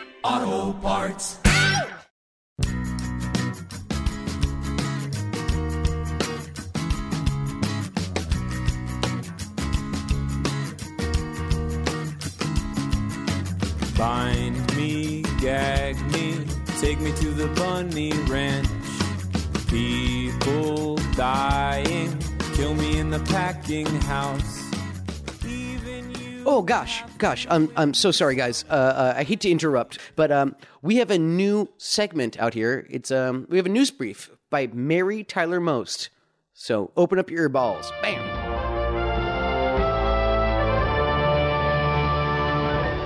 O'Reilly Auto Parts. Bind me, gag me, take me to the bunny ranch. People dying, kill me in the packing house. Even you. Oh gosh, gosh, I'm I'm so sorry, guys. Uh, uh, I hate to interrupt, but um, we have a new segment out here. It's um, we have a news brief by Mary Tyler Most. So open up your earballs, bam.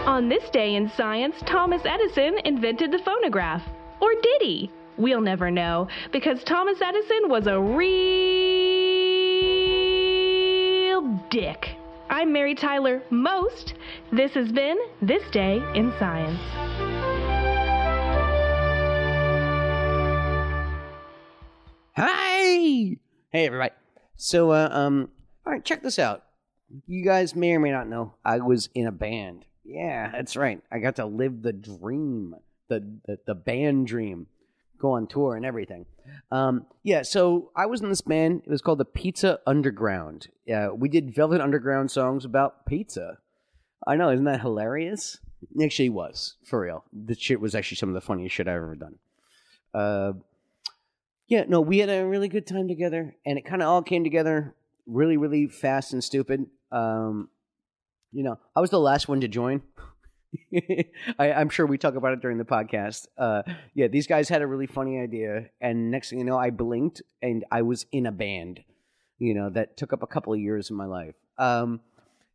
On this day in science, Thomas Edison invented the phonograph. Or did he? We'll never know because Thomas Edison was a real dick. I'm Mary Tyler Most. This has been This Day in Science. Hi, hey everybody. So uh, um, all right, check this out. You guys may or may not know I was in a band. Yeah, that's right. I got to live the dream, the the, the band dream. go on tour and everything. Um, yeah, so I was in this band. It was called the Pizza Underground. Uh, we did Velvet Underground songs about pizza. I know, isn't that hilarious? It Actually, was for real. The shit was actually some of the funniest shit I've ever done. Uh, yeah, no, we had a really good time together, and it kind of all came together really, really fast and stupid. Um, you know, I was the last one to join. I, I'm sure we talk about it during the podcast. Uh, yeah, these guys had a really funny idea, and next thing you know, I blinked and I was in a band. You know, that took up a couple of years of my life. Um,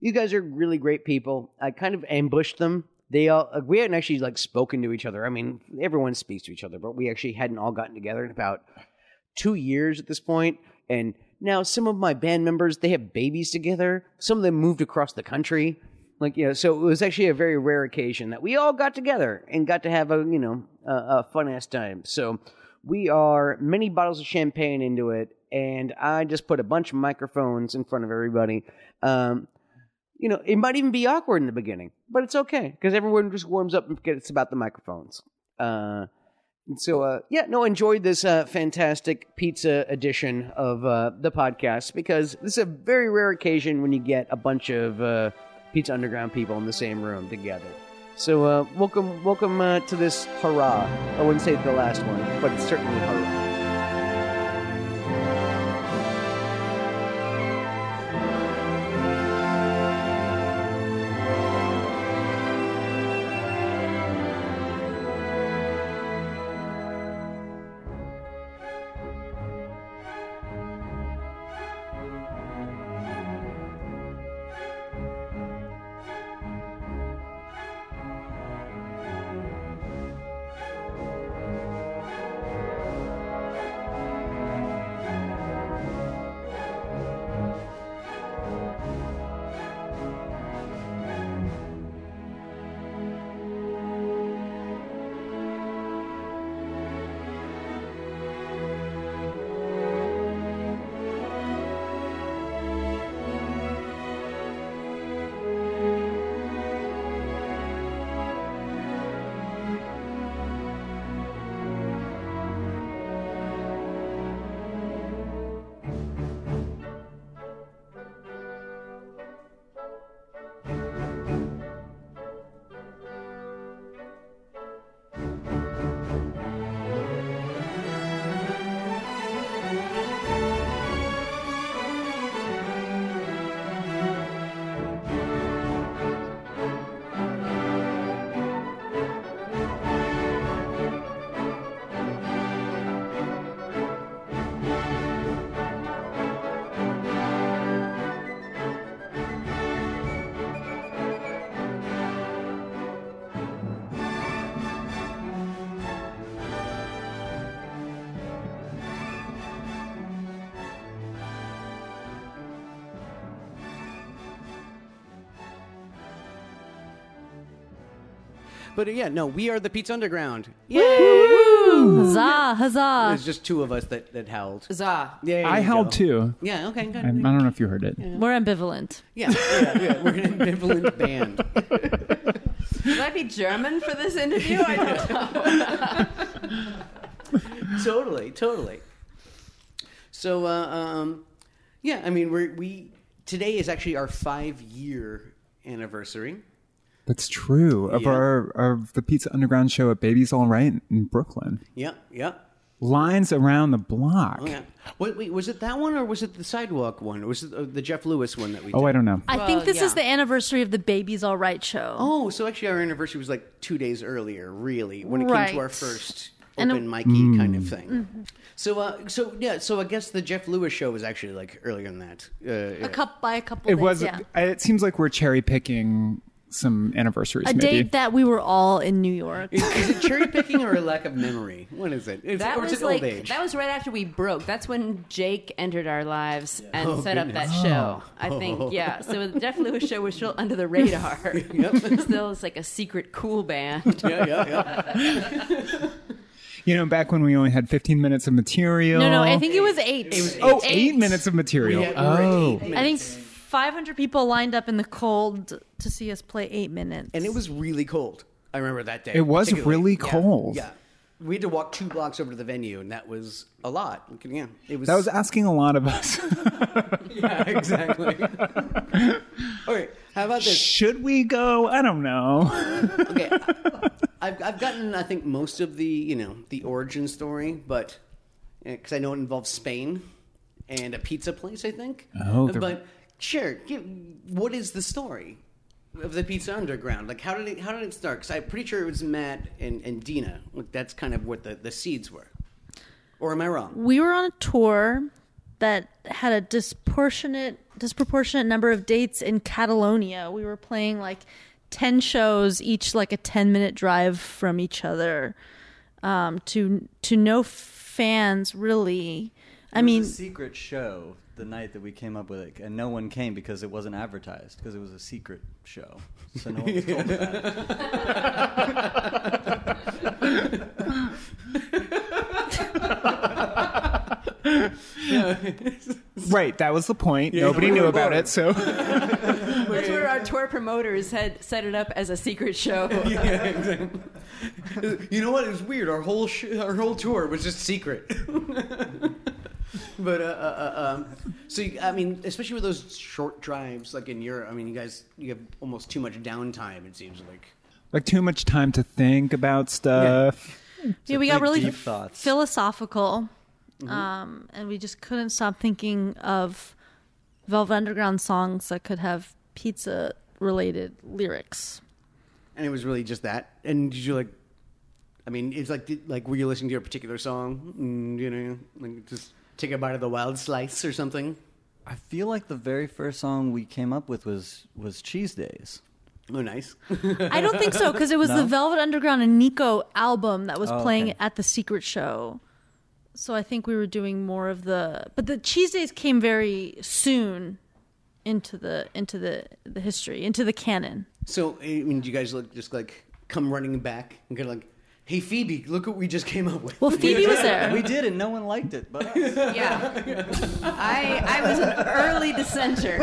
you guys are really great people. I kind of ambushed them. They all uh, we hadn't actually like spoken to each other. I mean, everyone speaks to each other, but we actually hadn't all gotten together in about two years at this point, and now some of my band members they have babies together. Some of them moved across the country, like you know. So it was actually a very rare occasion that we all got together and got to have a you know a, a fun ass time. So we are many bottles of champagne into it, and I just put a bunch of microphones in front of everybody. Um, you know, it might even be awkward in the beginning, but it's okay because everyone just warms up and forgets about the microphones. Uh, and so, uh, yeah, no, enjoyed this uh, fantastic pizza edition of uh, the podcast because this is a very rare occasion when you get a bunch of uh, Pizza Underground people in the same room together. So, uh, welcome, welcome uh, to this hurrah. I wouldn't say the last one, but it's certainly hurrah. But uh, yeah, no, we are the Pizza Underground. Yay! Woo! Huzzah, huzzah. There's just two of us that, that howled. Huzzah. Yeah, I howled too. Yeah, okay, I I good. don't know if you heard it. We're ambivalent. Yeah, yeah, yeah. We're an ambivalent band. Should I be German for this interview? I don't know. totally, totally. So, uh, um, yeah, I mean, we're, we today is actually our five year anniversary. That's true. Of Yeah. our of the Pizza Underground show at Baby's All Right in Brooklyn. Yep, yep. Lines around the block. Oh, yeah. Wait, wait, was it that one or was it the sidewalk one? Or was it uh, the Jeff Lewis one that we? Oh, did? I don't know. I Well, think this is yeah. the anniversary of the Babies All Right show. Oh, so actually, our anniversary was like two days earlier, really, when it came Right. to our first And open mic kind Mm. of thing. Mm-hmm. So, uh, so yeah, so I guess the Jeff Lewis show was actually like earlier than that. Uh, A cup by a couple It days, was. yeah. I- It seems like we're cherry picking some anniversaries. a maybe. date that we were all in New York. is, is it cherry picking or a lack of memory? What is it? It's, That or is was it old like age? that was right after we broke. That's when Jake entered our lives and set up that show. I think, yeah. So the Jeff Lewis show was still under the radar. Still, it's like a secret cool band. yeah, yeah, yeah. you know, back when we only had 15 minutes of material. No, no, I think it was eight. Oh, eight minutes of material. Yeah, we were at oh, eight I think minutes. 500 people lined up in the cold to see us play eight minutes. and it was really cold. I remember that day. It was particularly. really Yeah, cold. Yeah, we had to walk two blocks over to the venue, and that was a lot. We could- Yeah, it was. that was asking a lot of us. yeah, exactly. All right, how about this? Should we go? I don't know. Okay, I've, I've gotten I think most of the you know the origin story, but because I know it involves Spain and a pizza place, I think. Oh, the- but sure. Give, what is the story of the Pizza Underground? Like, how did it how did it start? Because I'm pretty sure it was Matt and, and Dina. Like, that's kind of what the, the seeds were. Or am I wrong? we were on a tour that had a disproportionate disproportionate number of dates in Catalonia. We were playing like 10 shows each like a 10 minute drive from each other um to to no fans really. I It mean was a secret show the night that we came up with it, and no one came because it wasn't advertised because it was a secret show. So no one was told about it. right, that was the point. Nobody knew about it, so That's where our tour promoters had set it up as a secret show. Yeah, exactly. you know what? It was weird. Our whole sh- our whole tour was just secret. but uh, uh, uh, um, so you, I mean, especially with those short drives, like in Europe. I mean, you guys you have almost too much downtime. It seems like. like too much time to think about stuff. yeah, we got big, really deep thoughts. philosophical, Mm-hmm. um, and we just couldn't stop thinking of Velvet Underground songs that could have pizza-related lyrics. And it was really just that. And did you like? I mean, it's like did, like were you listening to a particular song? Mm, you know, like just take a bite of the wild slice or something. I feel like the very first song we came up with was was Cheese Days. Oh, nice. I don't think so because it was the Velvet Underground and Nico album that was Oh, playing okay. at the Secret Show. So I think we were doing more of the, but the cheese days came very soon into the into the the history into the canon. So, I mean, do you guys look just like come running back and kind of like, "Hey, Phoebe, look what we just came up with." Well, Phoebe was there. We did, and no one liked it. But us. Yeah, I I was an early dissenter.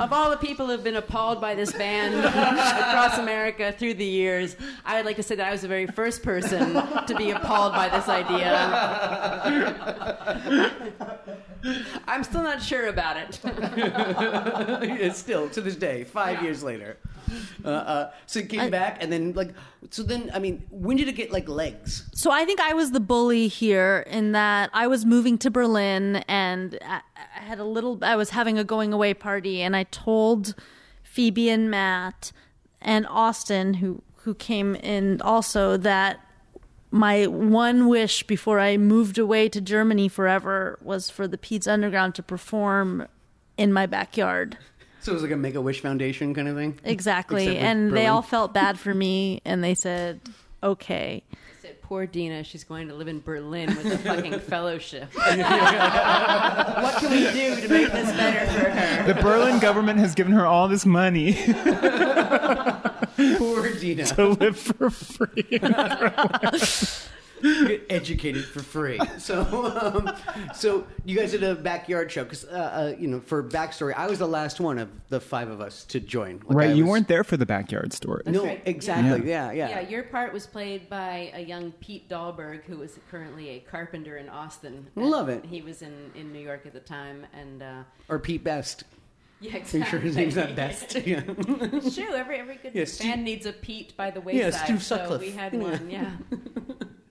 of all the people who have been appalled by this band across America through the years, I would like to say that I was the very first person to be appalled by this idea. I'm still not sure about it. it's still to this day, five years later. Uh, uh, so it came back, and then like, so then I mean, when did it get like legs? So I think I was the bully here in that I was moving to Berlin and I, I had a little. I was having a going away party, and I told Phoebe and Matt and Austin, who who came in also, that my one wish before I moved away to Germany forever was for the Peds Underground to perform in my backyard. So it was like a Make a Wish Foundation kind of thing. Exactly, Except with and they Berlin. all felt bad for me, and they said, "Okay." Said, Poor Dina, she's going to live in Berlin with a fucking fellowship. what can we do to make this better for her? The Berlin government has given her all this money. Poor Gina. to live for free. get educated for free. So, um, so you guys did a backyard show because, uh, uh, you know, for backstory, I was the last one of the five of us to join. Like, right, I you was- weren't there for the backyard story. No, right. exactly. Yeah, yeah. Yeah, your part was played by a young Pete Dahlberg, who was currently a carpenter in Austin. Love And it. He was in, in New York at the time, and uh, or Pete Best. yeah, I'm sure exactly. his name's not Best. Yeah. It's true. Every every good Yeah, fan Steve- needs a Pete by the Yeah, wayside. Steve so Sutcliffe. we had Yeah. one. Yeah. um,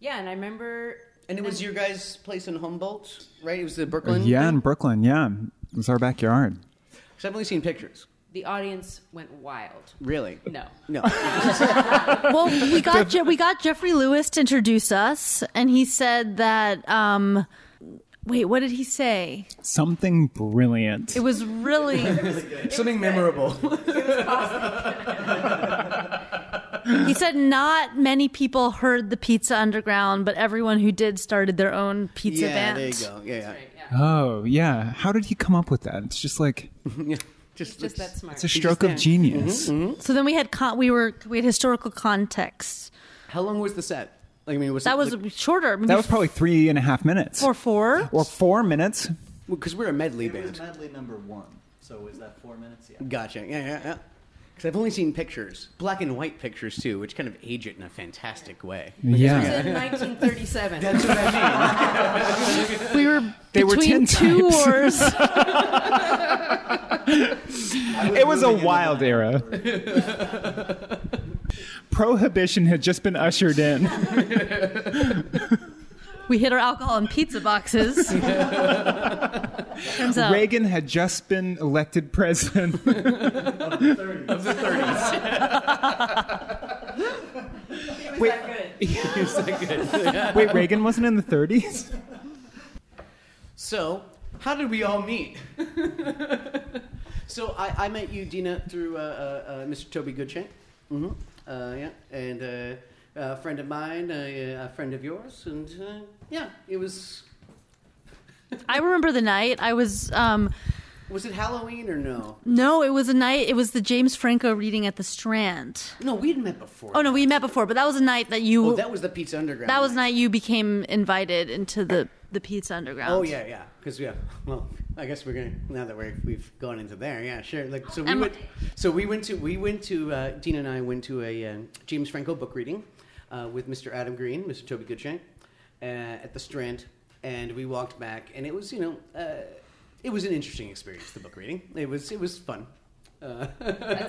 yeah, and I remember. And it was your guys' place in Humboldt, right? It was the Brooklyn. Yeah, in Brooklyn. Yeah, it was our backyard. Because I've only seen pictures. The audience went wild. Really? No. No. well, we got Je- we got Jeffrey Lewis to introduce us, and he said that. Um, wait, what did he say? Something brilliant. It was really. Something memorable. He said not many people heard the Pizza Underground, but everyone who did started their own pizza yeah, band. there you go. Yeah, yeah. oh, yeah. How did he come up with that? It's just like Just, Just that smart. it's a stroke of genius. So then we had con- we were we had historical context. How long was the set? Like, I mean, was it, That was shorter. Maybe That was probably three and a half minutes. four four. or four minutes. because we're a medley It band. was medley number one. So was that four minutes? Yeah. Gotcha. Yeah, yeah, yeah. Because I've only seen pictures, black and white pictures too, which kind of age it in a fantastic way. It was Yeah. in 1937. That's what I mean. We were They were tin between two types. wars. It was a wild era. Prohibition had just been ushered in. we hid our alcohol in pizza boxes. Turns out Reagan had just been elected president. Wait. good. Wait, Reagan wasn't in the 30s? So, how did we all meet? so I, I met you, Dina, through uh, uh, uh, Mr. Toby Goodshank. hmm Uh, yeah, and uh, a friend of mine, a, a friend of yours, and uh, yeah, it was. I remember the night I was. Um, Was it Halloween or no? no, it was a night. It was the James Franco reading at the Strand. No, we'd met before. Oh no, we met before, but that was a night that you. Oh, that, that was the Pizza Underground. was the night you became invited into the the Pizza Underground. Oh yeah, yeah. Because yeah, well, I guess we're gonna now that we're we've gone into there. Yeah, sure. Like so, we Am- went. So we went to we went to uh, Dean and I went to a uh, James Franco book reading uh, with Mr. Adam Green, Mr. Toby Goodshank, uh, at the Strand, and we walked back, and it was you know uh, it was an interesting experience. The book reading it was it was fun. Uh,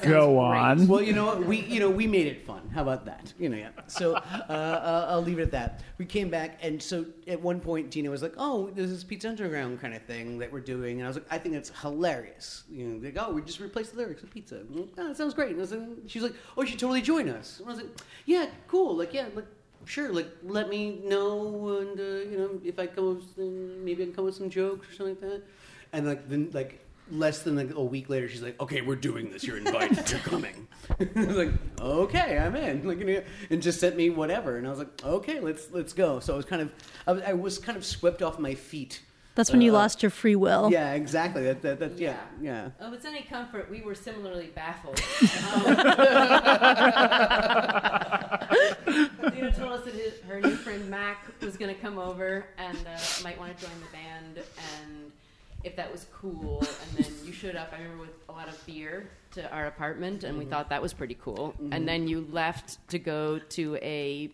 Go on. Well, you know what? We, you know, we made it fun. How about that? You know, yeah. So uh, uh, I'll leave it at that. We came back, and so at one point, Gina was like, "Oh, there's this Pizza Underground kind of thing that we're doing," and I was like, "I think that's hilarious." You know, like, "Oh, we just replaced the lyrics with pizza." I'm like, oh, that sounds great. And I was like, she was like, "Oh, you should totally join us." And I was like, "Yeah, cool. Like, yeah, like." Sure, like let me know, and uh, you know if I come up, with some- maybe I can come up with some jokes or something like that. And like then like less than like, a week later, she's like, "Okay, we're doing this. You're invited. You're coming." I was like, "Okay, I'm in." Like, you know, and just sent me whatever, and I was like, "Okay, let's let's go." So I was kind of I was, I was kind of swept off my feet. That's when you Uh, lost your free will. Yeah, exactly. That that, that yeah yeah. Oh, if it's any comfort, we were similarly baffled. Um, Dina told us that his, her new friend Mac was going to come over and uh, might want to join the band, and if that was cool. And then you showed up, I remember, with a lot of beer to our apartment, and we thought that was pretty cool. And then you left to go to a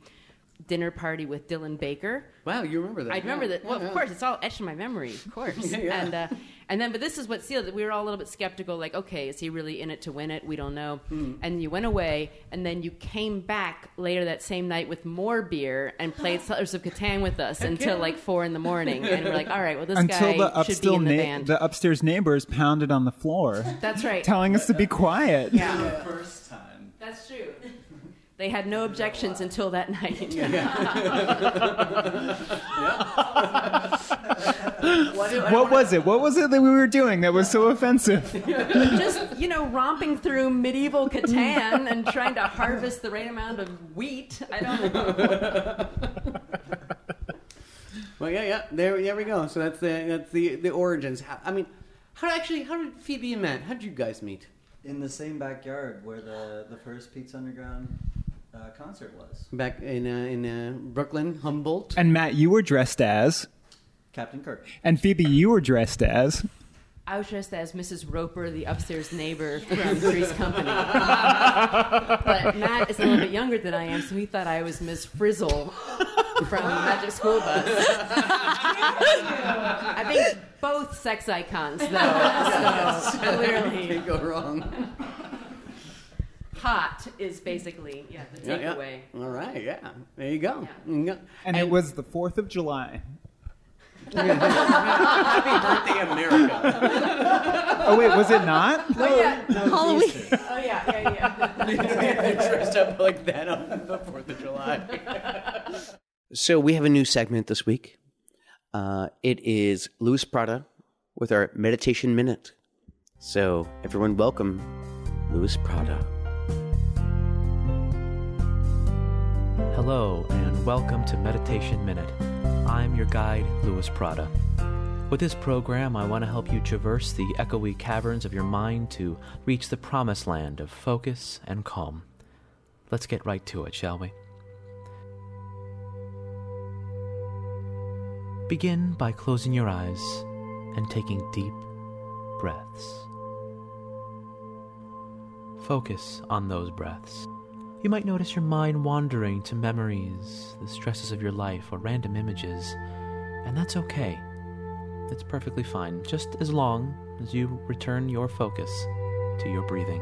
dinner party with Dylan Baker. Wow, you remember that? I remember Yeah. that. Well, Yeah. of course, it's all etched in my memory, of course. Yeah, yeah. And uh, and then, but this is what sealed it. We were all a little bit skeptical, like, okay, is he really in it to win it? We don't know. Hmm. And you went away, and then you came back later that same night with more beer and played Settlers of Catan with us until like four in the morning. And we're like, all right, well, this Until guy the, should be upstill in the na- band. the upstairs neighbors pounded on the floor, That's right. telling us to be quiet. The first time. That's true. They had no objections until that night. What was it? What was it that we were doing that was so offensive? just you know romping through medieval Catan and trying to harvest the right amount of wheat. I don't know. Well, yeah, yeah. There, there we go. So that's the that's the the origins. How- I mean, how actually? How did Phoebe and Matt? How did you guys meet? in the same backyard where the the first Pete's Underground uh, concert was. Back in uh, in uh, Brooklyn, Humboldt. And Matt, you were dressed as, Captain Kirk. and Phoebe, you were dressed as. I was dressed as Mrs. Roper, the upstairs neighbor from Three's Company. but Matt is a little bit younger than I am, so he thought I was Miss Frizzle from Magic School Bus. I think both sex icons, though. So clearly, Can't go wrong. hot is basically yeah the Yeah, yeah. takeaway. All right, yeah. There you go. There you go. And it was the Fourth of July. Happy birthday, America. Oh wait, was it not? Oh yeah, Halloween. oh yeah, yeah, yeah. They're dressed up like that on the 4th of July. So we have a new segment this week. Uh, it is Luis Prada with our meditation minute. So everyone, welcome Luis Prada. Hello, and welcome to Meditation Minute. I'm your guide, Louis Prada. With this program, I want to help you traverse the echoey caverns of your mind to reach the promised land of focus and calm. Let's get right to it, shall we? Begin by closing your eyes and taking deep breaths. Focus on those breaths. You might notice your mind wandering to memories, the stresses of your life, or random images, and that's okay. It's perfectly fine, just as long as you return your focus to your breathing.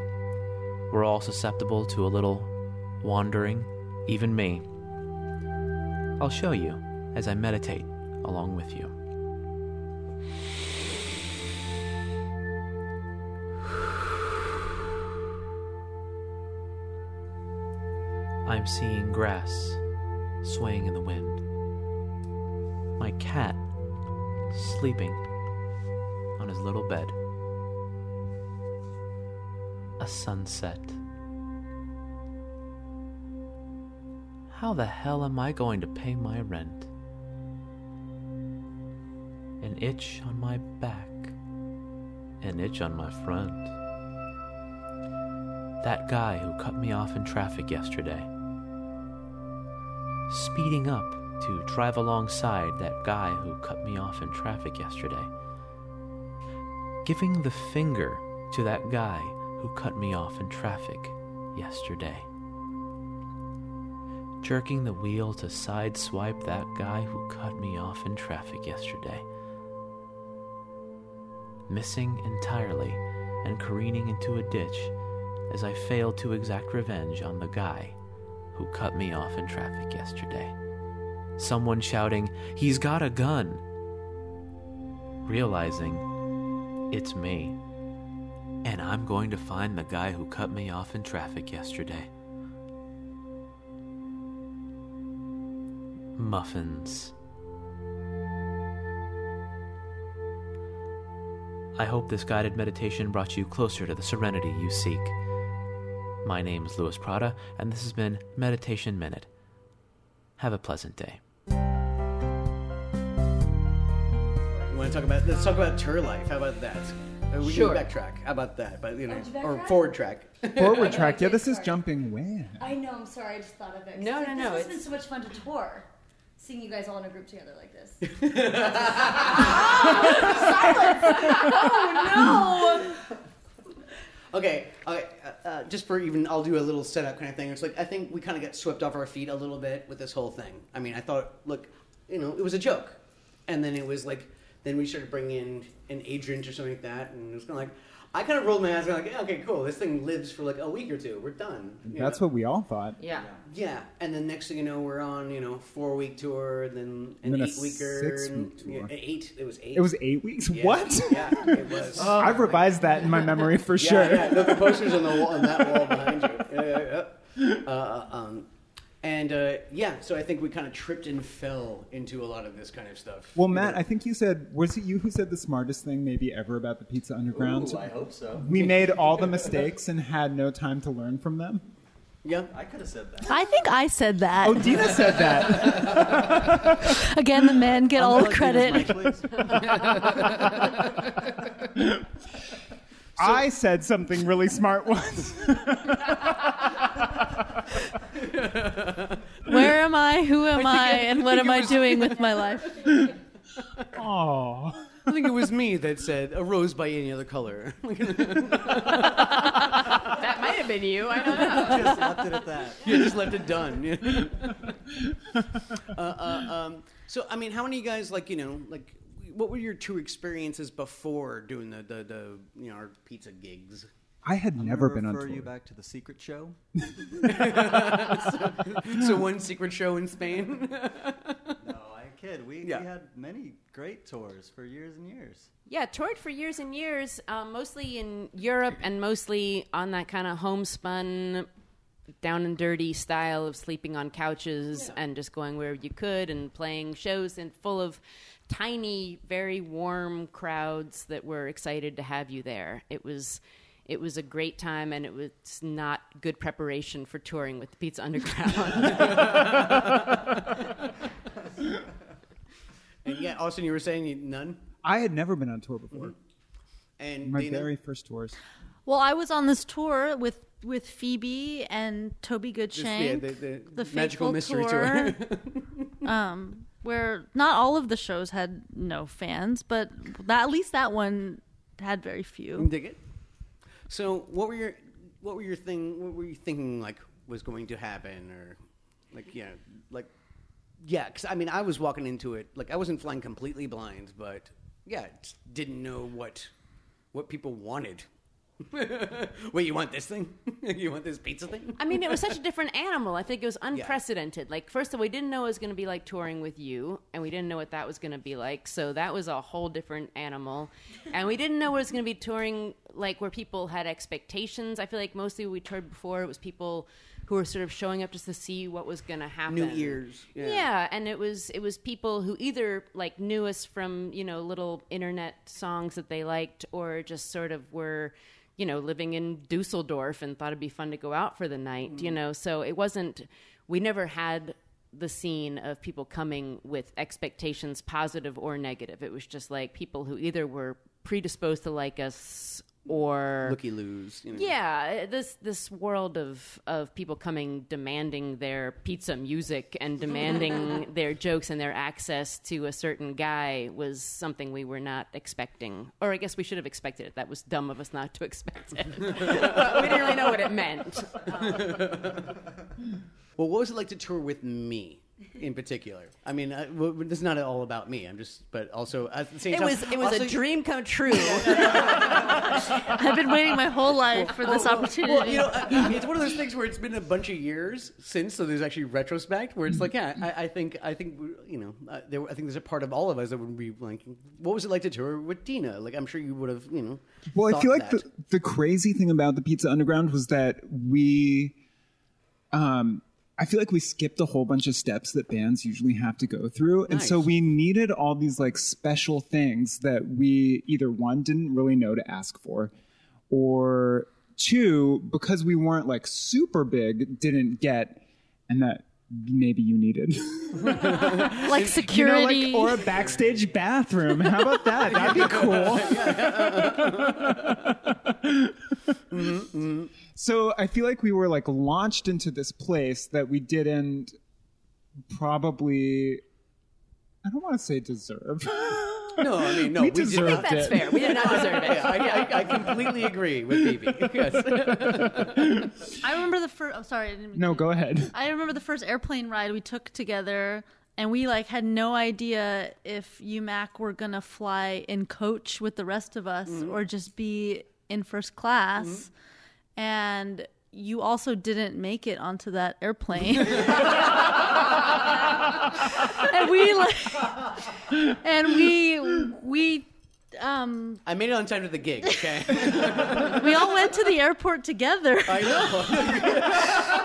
We're all susceptible to a little wandering, even me. I'll show you as I meditate along with you. I'm seeing grass swaying in the wind. My cat sleeping on his little bed. A sunset. How the hell am I going to pay my rent? An itch on my back. An itch on my front. That guy who cut me off in traffic yesterday. Speeding up to drive alongside that guy who cut me off in traffic yesterday. Giving the finger to that guy who cut me off in traffic yesterday. Jerking the wheel to sideswipe that guy who cut me off in traffic yesterday. Missing entirely and careening into a ditch as I failed to exact revenge on the guy who cut me off in traffic yesterday. Someone shouting, He's got a gun! Realizing it's me. And I'm going to find the guy who cut me off in traffic yesterday. Muffins. I hope this guided meditation brought you closer to the serenity you seek. My name is Louis Prada, and this has been Meditation Minute. Have a pleasant day. want to talk about? Let's talk about tour life. How about that? Uh, We Sure. can backtrack. How about that? But you know, or forward track. Forward track. Yeah, this is jumping way. ahead. I know. I'm sorry. I just thought of it. 'Cause No, it's no, like, no, This has it's- been so much fun to tour. Seeing you guys all in a group together like this. Okay, okay. Uh, uh, just for even, I'll do a little setup kind of thing. It's like I think we kind of got swept off our feet a little bit with this whole thing. I mean, I thought, look, you know, it was a joke, and then it was like, then we started bringing in an agent or something like that, and it was kind of like, I kind of rolled my eyes, and I'm like, yeah, okay, cool. This thing lives for like a week or two. We're done. you That's know? what we all thought. yeah. Yeah, and then next thing you know, we're on you know four week tour, and then an Then a eight weeker, six-week tour. eight. It was eight. It was eight weeks. Yeah, What? Yeah, it was. I revised that in my memory for Yeah, sure. yeah, the, the poster's on the wall, on that wall behind you. Yeah, yeah, yeah. Uh, um, and uh, yeah, so I think we kind of tripped and fell into a lot of this kind of stuff. Well, Matt, I think you said was it you who said the smartest thing maybe ever about the Pizza Underground? Ooh, I hope so. we made all the mistakes and had no time to learn from them. yeah, I could have said that. I think I said that. Oh, Dina said that. Again, the men get all the Can I credit. use my place? I said something really smart once. Where am I? Who am I? I think it- and I what think am it I was- doing with my life? Oh. I think it was me that said a rose by any other color. that might have been you. I don't know. Just left it at that. You just left it done. uh, uh, um, so, I mean, how many of you guys, like, you know, like, what were your two experiences before doing the, the, the you know, our pizza gigs? I had never been on refer tour. you back to the secret show. so, so one secret show in Spain. no, I kid. We, we had many great tours for years and years. Yeah, toured for years and years, um, mostly in Europe and mostly on that kind of homespun, down and dirty style of sleeping on couches and just going wherever you could and playing shows and full of tiny, very warm crowds that were excited to have you there. It was. It was a great time, and it was not good preparation for touring with the Pizza Underground. And yeah, Austin, you were saying you- none? I had never been on tour before. Mm-hmm. And my Dana? very first tours. Well, I was on this tour with with Phoebe and Toby This- Goodshank, yeah, the- the Magical Fateful Mystery Tour. um, where not all of the shows had no fans, but that, at least that one had very few. Dig it. So, what were your what were your thing? What were you thinking like was going to happen, or like yeah, like yeah? Because I mean, I was walking into it like I wasn't flying completely blind, but yeah, just didn't know what what people wanted. Wait, you want this thing? you want this pizza thing? I mean, it was such a different animal. I think it was unprecedented. Like, first of all, we didn't know it was going to be like touring with you, and we didn't know what that was going to be like. So that was a whole different animal. and we didn't know it was going to be touring like where people had expectations. I feel like mostly we toured before it was people who were sort of showing up just to see what was going to happen. New ears. Yeah. and it was it was people who either like knew us from you know little internet songs that they liked, or just sort of were you know living in Dusseldorf and thought it'd be fun to go out for the night. You Mhm. know, so it wasn't. We never had the scene of people coming with expectations, positive or negative. It was just like people who either were predisposed to like us or Looky loos. You know. yeah, uh, this this world of of people coming demanding their pizza music and demanding their jokes and their access to a certain guy was something we were not expecting, or I guess we should have expected it. That was dumb of us not to expect it. we didn't really know what it meant. Well, what was it like to tour with me? In particular, I mean, I, w- w- this is not all about me. I'm just, but also at the same It time, was it was a also- dream come true. I've been waiting my whole life for this opportunity. Oh, Well, you know, I- it's one of those things where it's been a bunch of years since, so there's actually retrospect where it's like, yeah, I, I think, I think, you know, uh, there, I think there's a part of all of us that would be like, what was it like to tour with Dina? Like, I'm sure you would have, you know. Well, I thought feel like that. the, the crazy thing about the Pizza Underground was that we, um, I feel like we skipped a whole bunch of steps that bands usually have to go through, and so Nice. we needed all these like special things that we either one didn't really know to ask for, or two because we weren't like super big didn't get, and that maybe you needed like security you know, like, or a backstage bathroom. How about that? That'd be cool. Mm-hmm. So I feel like we were like launched into this place that we didn't probably. I don't want to say deserve. No, I mean, no, We we, did deserved not- I think that's it. fair. We did not deserve it. Yeah, I, I, I completely agree with Phoebe. Yes. I remember the first. I'm sorry. I didn't mean no, to- go ahead. I remember the first airplane ride we took together, and we like had no idea if UMac were gonna fly in coach with the rest of us Mhm. or just be in first class. And you also didn't make it onto that airplane. and we like, and we we um I made it on time to the gig, okay? we all went to the airport together. I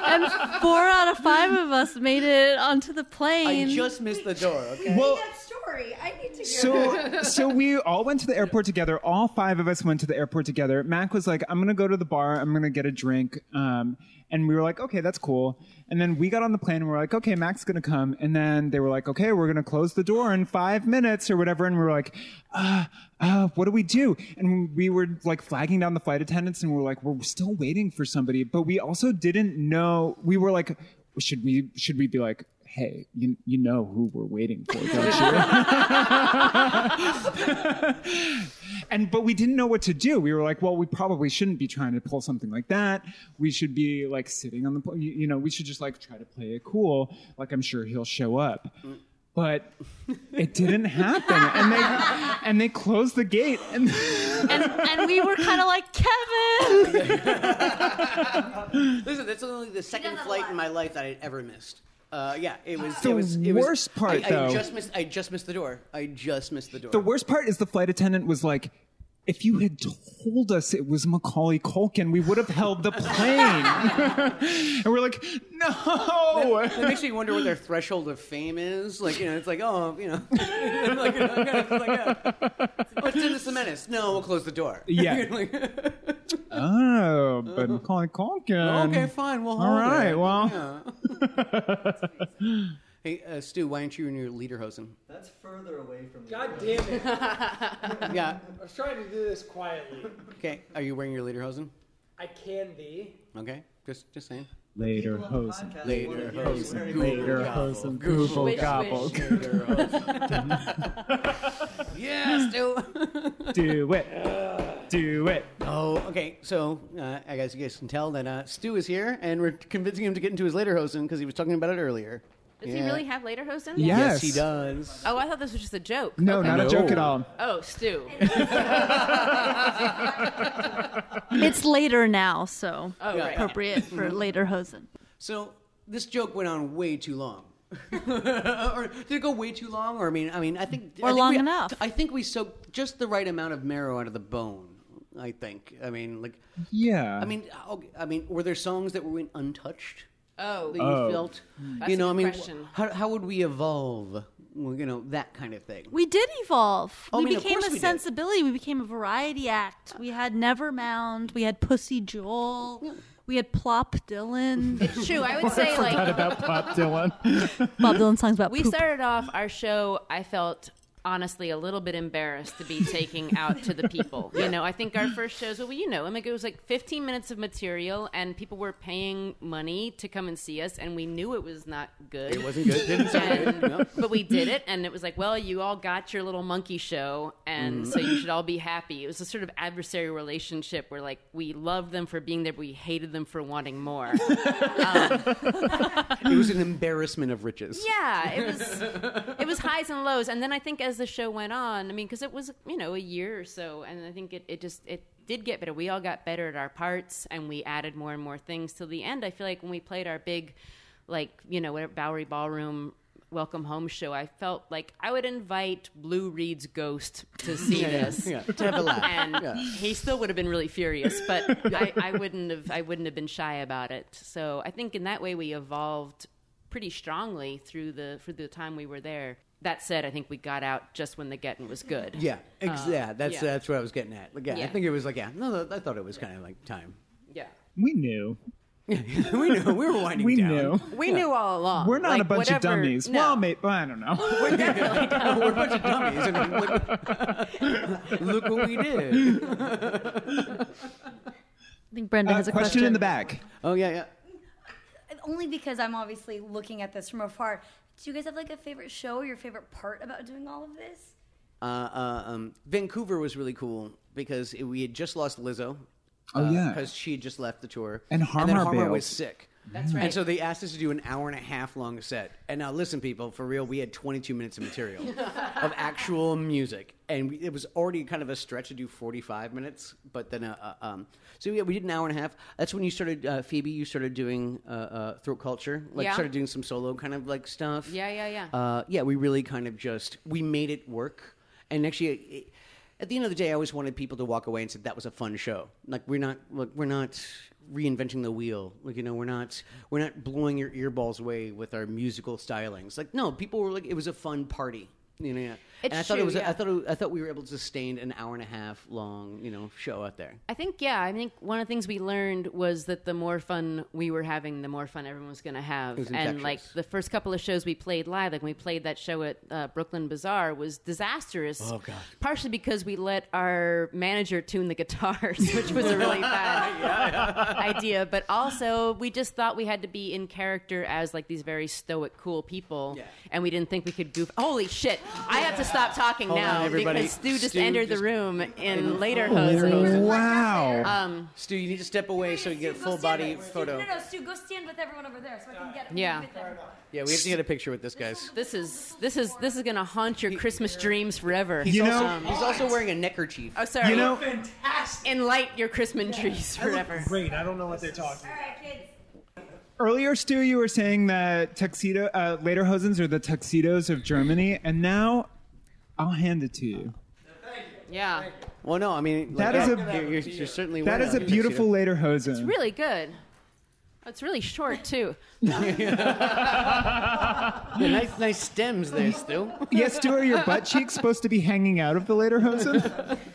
and four out of five of us made it onto the plane. I just missed the door, okay? Well, story. I need to hear So, that. so we all went to the airport together. All five of us went to the airport together. Mac was like, "I'm gonna go to the bar. I'm gonna get a drink," um, and we were like, "Okay, that's cool." And then we got on the plane and we are like, "Okay, Mac's gonna come." And then they were like, "Okay, we're gonna close the door in five minutes or whatever." And we were like, uh, uh, "What do we do?" And we were like flagging down the flight attendants, and we were like, "We're still waiting for somebody," but we also didn't know. We were like, "Should we? Should we be like?" Hey, you, you know who we're waiting for, don't you? and but we didn't know what to do. We were like, well, we probably shouldn't be trying to pull something like that. We should be like sitting on the, pl- you, you know, we should just like try to play it cool. Like I'm sure he'll show up, but it didn't happen. And they and they closed the gate. And and, and we were kind of like Kevin. Listen, that's only the second flight in my life that I ever missed. Uh, yeah, it was The it was, it was- worst part, I, though- I just missed. I just missed the door. I just missed the door. the worst part is the flight attendant was like. If you had told us it was Macaulay Culkin, we would have held the plane. and we're like, no. That makes me wonder what their threshold of fame is. Like, you know, it's like, oh, you know, like, you know, kind of like, uh, oh, it's Dennis the Menace. No, we'll close the door. Yeah. Like, Oh, but Macaulay Culkin. Oh, okay, fine, we'll hold All right, it. well. Yeah. hey, uh, Stu, why aren't you in your leaderhosen? That's further away from. God damn it. Yeah. I was trying to do this quietly. Okay, are you wearing your leaderhosen? I can be. Okay, just just saying. Later hosen. Later hosen. Later hosen. Google gobble. Yes, Stu. Do it. Do it. Oh, okay. So uh, I guess you guys can tell that uh, Stu is here, and we're convincing him to get into his lederhosen because he was talking about it earlier. Does he Yeah. really have lederhosen? Yes. Yes, he does. Oh, I thought this was just a joke. No, Okay. not a joke at all. Oh, Stu. it's later now, so Oh, right. appropriate for Mhm. later hosen. So this joke went on way too long. or did it go way too long? Or I mean, I mean, I think I Or think long we- enough. I think we soaked just the right amount of marrow out of the bone. I think. I mean, like, Yeah. I mean, okay, I mean, were there songs that went untouched? Oh. that you Oh. felt. That's you a know, good I mean, question. how how would we evolve? Well, you know, that kind of thing. We did evolve. Oh, I we mean, of became course a we did. sensibility. We became a variety act. We had Nevermound. We had Pussy Joel. We had Plop Dylan. It's true. I would say like Bob Dylan songs about we poop. started off our show i felt honestly a little bit embarrassed to be taking out to the people you know i think our first shows well you know i mean it was like 15 minutes of material and people were paying money to come and see us and we knew it was not good It wasn't good. Didn't sound And- good. No. but we did it and it was like well you all got your little monkey show and Mhm. so you should all be happy it was a sort of adversarial relationship where like we loved them for being there but we hated them for wanting more It was an embarrassment of riches. Yeah, it was it was highs and lows, and then I think as the show went on, I mean, because it was you know a year or so, and I think it it just it did get better. We all got better at our parts, and we added more and more things till the end. I feel like when we played our big, like you know, whatever, Bowery Ballroom. Welcome home show. I felt like I would invite Blue Reed's ghost to see Yeah, yeah, this, yeah. To have a laugh. and Yeah. he still would have been really furious, but I, I wouldn't have. I wouldn't have been shy about it. So I think in that way we evolved pretty strongly through the through the time we were there. That said, I think we got out just when the getting was good. Yeah, ex- Uh, yeah, that's yeah. that's what I was getting at. Like, yeah, I Yeah. think it was like, yeah, no, I thought it was kind of like time. Yeah. We knew. we knew. We were winding we down. Knew. We knew all along. We're not Like, a bunch of whatever- dummies. No. Well, mate, I don't know. We're a bunch of dummies. I mean, look, look what we did. I think Brenda Uh, has a question question. in the back. Oh yeah, yeah. Only because I'm obviously looking at this from afar. Do you guys have like a favorite show or your favorite part about doing all of this? Uh, uh, um, Vancouver was really cool because it, we had just lost Lizzo. Oh, Uh, yeah. because she had just left the tour, And then Harmar Harmar bailed. Mm-hmm. was sick. That's right. And so they asked us to do an hour and a half long set. And now, listen, people, for real, we had 22 minutes of material of actual music, and we, it was already kind of a stretch to do 45 minutes. But then, uh, uh, um, so yeah, we did an hour and a half. That's when you started, uh, Phoebe. You started doing uh, uh, throat culture, like Yeah. started doing some solo kind of like stuff. Yeah, yeah, yeah. Uh, yeah, we really kind of just we made it work. And actually, it, at the end of the day, I always wanted people to walk away and said that was a fun show. Like we're not, look, we're not reinventing the wheel. Like you know, we're not, we're not blowing your earballs away with our musical stylings. Like no, people were like, it was a fun party. You know, yeah. It's and I thought it true, was. yeah. I thought. It, I thought we were able to sustain an hour and a half long, you know, show out there. I think yeah. I think one of the things we learned was that the more fun we were having, the more fun everyone was going to have. It was and like infectious. the first couple of shows we played live, like when we played that show at uh, Brooklyn Bazaar, was disastrous. Oh, God. Partially because we let our manager tune the guitars, which was a really bad idea. But also, we just thought we had to be in character as like these very stoic, cool people, and we didn't think we could goof. Holy shit! I have to stop talking Hold now on, everybody. because Stu just Stu entered just- the room in later Wow. Um, Stu, you need to step away so we can get a full body photo. No, no, Stu, go stand with everyone over there so I can get it. Yeah. Yeah, we have to get a picture with this, guys. This is this is this is gonna haunt your Christmas dreams forever. He's also, um, he's also wearing a neckerchief. Oh, sorry. You know- fantastic. Enlight your Christmas trees forever. great. I don't know what they're talking. about. Earlier, Stu, you were saying that tuxedo uh, lederhosens are the tuxedos of Germany, and now I'll hand it to you. Yeah, Well, no, I mean That like, is a- you're, you're- you're certainly That wearing is a beautiful lederhosen. it's really good. It's really short too. Yeah, nice, nice stems there, Stu. yes, Stu, are your butt cheeks supposed to be hanging out of the lederhosen?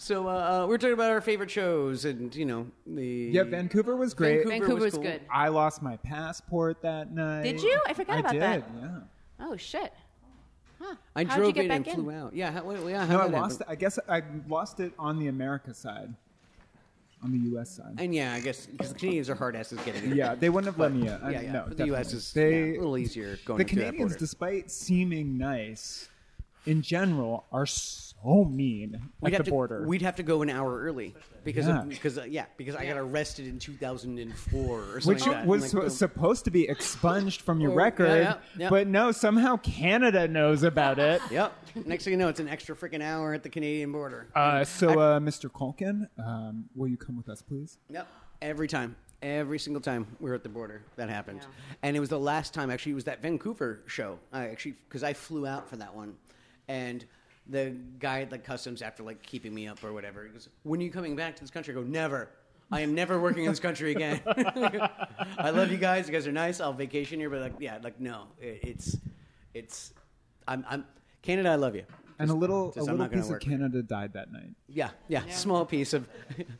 So uh, uh, we're talking about our favorite shows, and you know the yeah, Vancouver was great. Vancouver Vancouver was was cool. good. I lost my passport that night. Did you? I forgot I about did, that. Yeah. Oh shit. Huh. I How'd you drove get in back and in? flew out. Yeah, how, well, yeah. How No, I did that lost. I guess I lost it on the America side, on the U.S. side. And yeah, I guess because the Canadians are hard asses getting. Yeah, they wouldn't have let me. in. I- yeah, yeah. no, But the U.S. definitely. is They- yeah, a little easier going the through that Canadians, border. despite seeming nice, in general are so mean We'd at have the to, border. We'd have to go an hour early because Yeah. of, because uh, yeah because I got arrested in 2004 or something which like that. was And, su- like, boom. supposed to be expunged from your Oh, yeah, record, yeah, yeah. but no, somehow Canada knows about it. Yep. Next thing you know, it's an extra freaking hour at the Canadian border. Uh, so, uh, Mr. Culkin, um, will you come with us, please? Yep. Every time. Every single time we were at the border, that happened. And it was the last time, actually, it was that Vancouver show, I actually, because I flew out for that one. And the guy at the customs, after like keeping me up or whatever, he goes, When are you coming back to this country? I go, Never. I am never working in this country again. I love you guys. You guys are nice. I'll vacation here. But like, yeah, like, no. It, it's, it's, I'm, I'm, Canada, I love you. And a little, a Just, I'm little not gonna piece of work. Canada died that night. Yeah, yeah, small piece of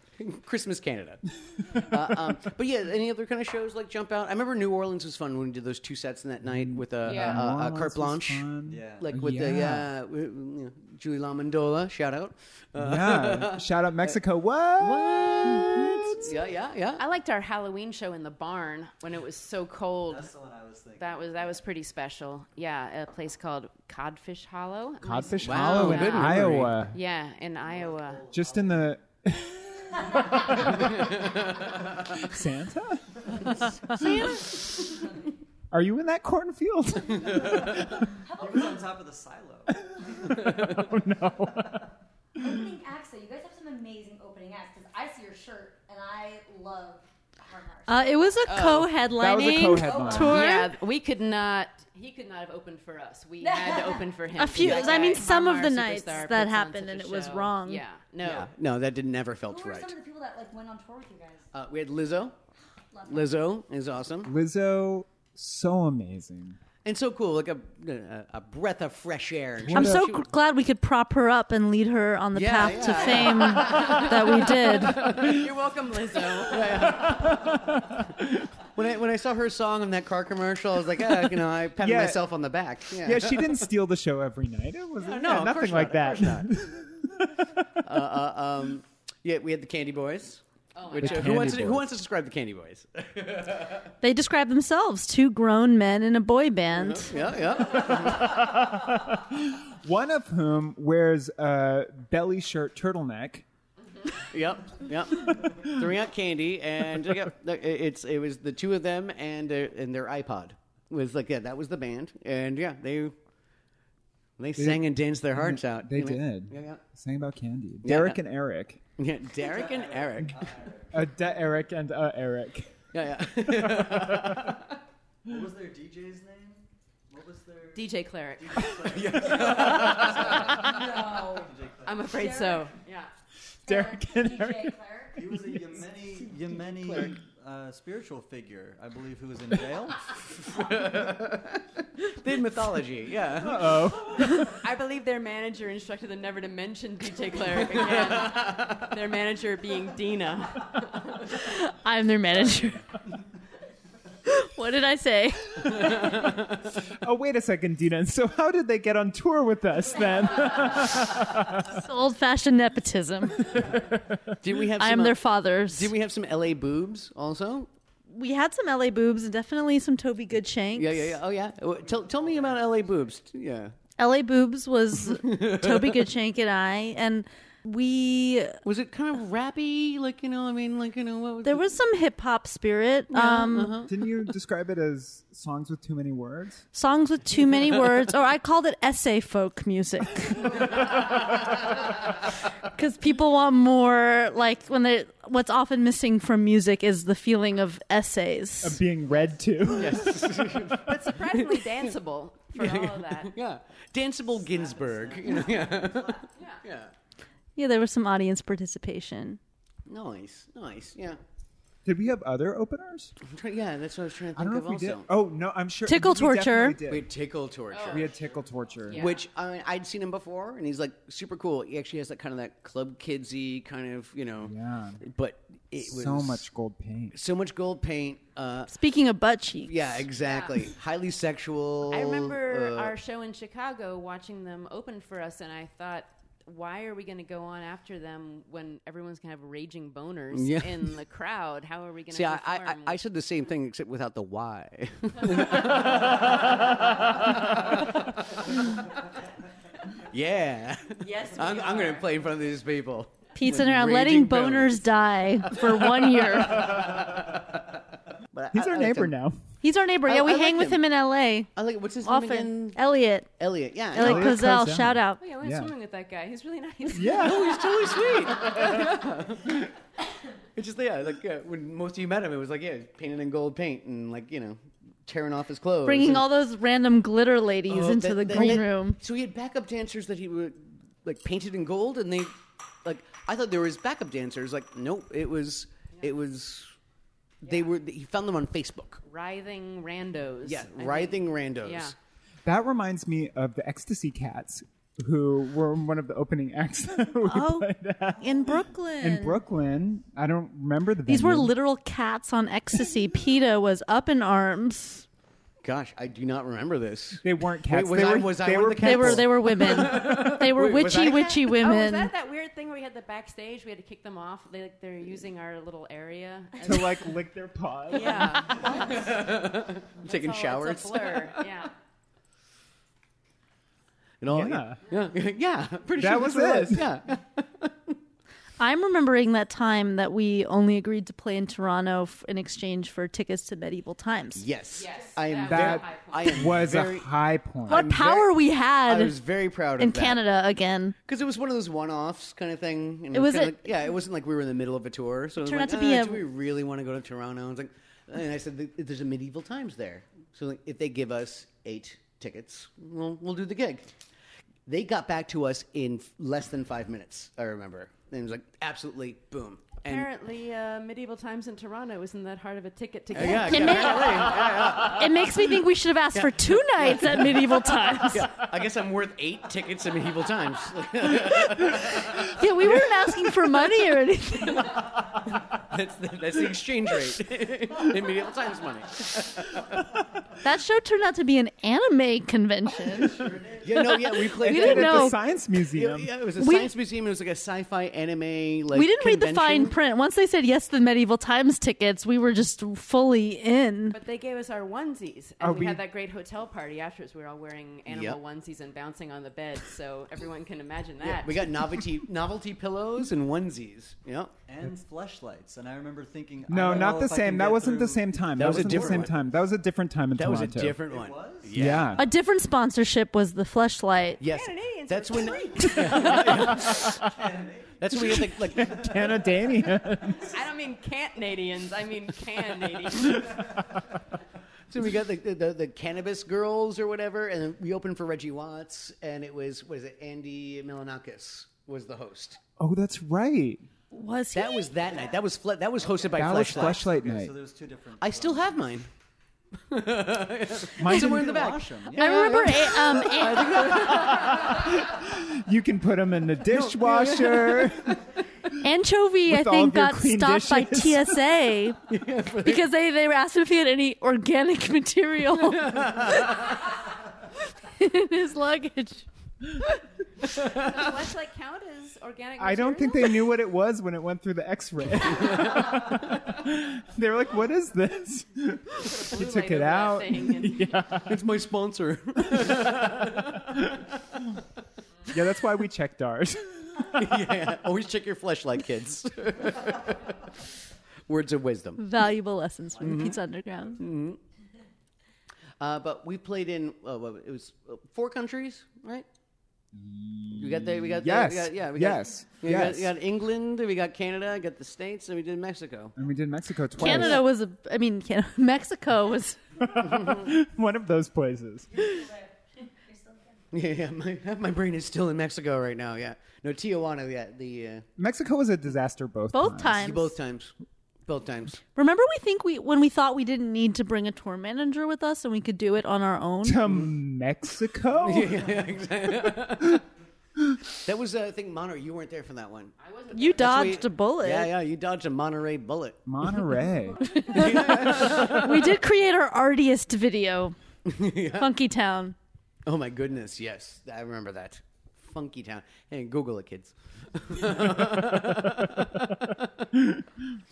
Christmas Canada. uh, um, but yeah, any other kind of shows like Jump Out? I remember New Orleans was fun when we did those two sets in that night with a, Yeah. a, New a- a Orleans carte was blanche. Um, fun. Yeah. Like with the Yeah. uh, w- you know, Julie Lamondola, shout out. Uh, yeah, shout out Mexico. What? yeah, yeah, yeah. I liked our Halloween show in the barn when it was so cold. That's the one I was thinking. That was that was pretty special. Yeah, a place called Codfish Hollow. Am I- Codfish Hollow in Yeah. Iowa. Yeah, in Iowa. Just in the Santa? Are you in that cornfield? He was on top of the silo. oh no. Opening acts, though. You guys have some amazing opening acts because I see your shirt and I love Hard Knocks. Uh, it Oh, was a co-headlining That was a co-headline. tour. Yeah, we could not. He could not have opened for us. We had to open for him. A few. Like, I mean, that some of Hallmark the nights superstar puts that on happened, such and a it was show. wrong. Yeah. No. Yeah. No, that did, never felt Who are right. some of the people that like went on tour with you guys? Uh, we had Lizzo. Lizzo is awesome Lizzo, so amazing. and so cool, like a a, a breath of fresh air. And I'm she- so she- gl- glad we could prop her up and lead her on the Yeah, path to yeah, fame that we did. You're welcome, Lizzo. when I when I saw her song in that car commercial, I was like, ah, you know, I patted Yeah. myself on the back. Yeah. she didn't steal the show every night. It was no, of course not, nothing like of that. uh, um, yeah, we had the Candy Boys. Oh, which, The uh, who, wants Candy To, who Boys. wants to describe the Candy Boys? yeah, They describe themselves two grown men in a boy band. yeah. One of whom wears a belly shirt turtleneck. Yep, yep. Throwing out candy, and yep, it- it's it was the two of them and their and their iPod was like yeah, that was the band, and yeah, they they sang and danced their hearts out. They You know? did. Yeah, yeah. Sang about candy. Yeah. Derek and Eric. Yeah, Derek and Eric. Uh, De- Eric and uh, Eric. Yeah, yeah. What was their DJ's name? What was their DJ Cleric. DJ No. I'm afraid so. Yeah. Derek and Eric. He was a Yemeni, Yemeni uh, spiritual figure, I believe, who was in jail. Did mythology, yeah. I believe their manager instructed them never to mention DJ Cleric again. their manager being Dina. I'm their manager. what did I say? oh, wait a second, Dina. So, how did they get on tour with us then? Old fashioned nepotism. Did we have? I some, am uh, their fathers. Did we have some LA boobs also? We had some LA boobs and definitely some Toby Goodshanks. Yeah, yeah, yeah. Oh yeah. Uh, Tell, tell me about LA boobs. Yeah. LA Boobs was Toby Goodshank and I, and we was it kind of rappy, like you know, I mean, like you know, what was there was some hip hop spirit. um, Didn't you describe it as songs with too many words? songs with too many words, or I called it essay folk music. Because people want more, like when they what's often missing from music is the feeling of essays. Of Uh, being read to. But surprisingly danceable for all of that. Yeah. Danceable Ginsburg. You know, yeah. yeah. Yeah, there was some audience participation. Nice, nice. Yeah. Did we have other openers? I'm trying- Yeah, that's what I was trying to I think don't know of if we also. did. Oh no, I'm sure. Tickle we definitely torture. did. Wait, tickle torture. Oh, We had tickle torture. Which I mean, I'd seen him before, and he's like super cool. He actually has that kind of that club kidsy kind of, you know. Yeah. But it was so much gold paint. so much gold paint. Uh, Speaking of butt cheeks, yeah, exactly. Highly sexual. I remember uh, our show in Chicago watching them open for us, and I thought, why are we going to go on after them when everyone's going to have raging boners Yeah. in the crowd? How are we going to See, I, I, I- perform? I said the same thing except without the Y. yeah. Yes, we I'm, I'm going to play in front of these people. Pete's With in around raging letting boners die for one year. But I- He's I our liked neighbor him. now. He's our neighbor. I- Yeah, we I like hang with him. him in L.A. I like what's his name often. again? Elliot, Elliot. Yeah. Elliot Elliot Kozel, Kozel. shout out. Oh, yeah, I went Yeah. swimming with that guy. He's really nice. Yeah. he's totally sweet. It's just yeah, like uh, when most of you met him, it was like yeah, painted in gold paint and like you know, tearing off his clothes, Bringing and- all those random glitter ladies Oh, into that- the that- green that- room. So he had backup dancers that he would like painted in gold, and they like I thought there was backup dancers. Like nope, it was it was they were he found them on Facebook. Writhing randos. Yeah, I think. writhing randos. Yeah. That reminds me of the Ecstasy Cats, who were one of the opening acts that we Oh, played at. in Brooklyn. in Brooklyn. I don't remember the. These were venue. literal cats on ecstasy. PETA was up in arms. Gosh, I do not remember this. They weren't Wait, cats. was they I- were, was I they one were of the They cats? were they were women. They were Wait, was witchy I- witchy Oh, was women. that that weird thing where we had the backstage? We had to kick them off. They like they're using our little area. to like lick their paws. yeah, It's taking all- showers. It's a blur. Yeah. And all, Yeah. yeah, yeah. Pretty That sure was that's what it. Yeah, I'm remembering that time that we only agreed to play in Toronto f- in exchange for tickets to Medieval Times. yes. Yes, I am that very, was I a high am very, point. Was a high point. What power very- we I had was very proud in of that. Canada again. Because it was one of those one-offs kind of thing. And It was kinda a- like, yeah, it wasn't like we were in the middle of a tour. So it was Turned like, out to be "Ah, a- do we really want to go to Toronto? And, it's like, and I said, "Th- there's a medieval times there. So like, if they give us eight tickets, we'll, we'll do the gig. They got back to us in f- less than five minutes. I remember, and it was like absolutely boom. And Apparently, uh, medieval times in Toronto isn't that hard of a ticket to yeah, get. Uh, yeah, It, apparently. ma- it makes me think we should have asked for two nights at Medieval Times. Yeah, Yeah, I guess I'm worth eight tickets in medieval times. we weren't asking for money or anything. that's, the, that's the exchange rate in medieval times money. That show turned out to be an anime convention. Yeah, no, yeah, we played. We that didn't at At know. the science Yeah, museum. yeah, it was a We- science museum. It was like a sci-fi anime. Like we didn't read the fine convention. print. Once they said yes to the medieval times tickets, we were just fully in. But they gave us our onesies, and Oh, we, we- had that great hotel party afterwards. We were all wearing animal Yep. onesies and bouncing on the bed, so everyone can imagine that. Yeah, we got novelty novelty pillows and onesies. Yeah, and fleshlights. And I remember thinking, I No, don't not know the if I same. can That get wasn't the through- same time. That That, was a wasn't the same different one. time. That was a different time in that was Toronto. a different one. was? Yeah. Yeah. A different sponsorship was the fleshlight. Yes, Canadians that's are when. that's when we had like, like Canadania. I don't mean Canadians. I mean Canadians. so we got the, the, the, the cannabis girls or whatever, and then we opened for Reggie Watts, and it was what is it? Andy Milanakis was the host. oh, that's right. Was he? That was that night. That was fle- that was hosted by That was Fleshlight. flashlight Okay, night. so there's two different. I still have mine. Mine Somewhere in the didn't- back. I remember a, um, I think You can put them in the dishwasher. Anchovy, With I all think, of your got clean stopped by dishes. TSA because they, they were asking if he had any organic material in his luggage. What's like count as organic? I don't think material? they knew what it was when it went through the x ray. they were like, what is this? You took light over it that out. thing and- yeah. It's my sponsor. yeah, that's why we checked ours. yeah. Always check your flashlight, kids. Words of wisdom. Valuable lessons from Mhm. the Pizza Underground. hmm Uh, but we played in uh, what, it was uh, four countries, right? We got there. We got Yes. there. We got, yeah. We Yes. Got, we, Got, Yes. we got England. We got Canada. We got the states, and we did Mexico. And we did Mexico twice. Canada was a, I mean, Can- Mexico was. One of those places. Yeah, yeah. My, my brain is still in Mexico right now. Yeah. No, Tijuana. Yeah. The uh, Mexico was a disaster both Both times. Both times. Both times. Remember, we think we when we thought we didn't need to bring a tour manager with us and we could do it on our own. To Mm-hmm. Mexico? That was uh, I think Monterey. You weren't there for that one. I wasn't. You dodged a bullet. Yeah, yeah. You dodged a Monterey bullet. Monterey. we did create our artiest video, Yeah. Funky Town. Oh my goodness, yes, I remember that. Funky Town. Hey, Google it, kids.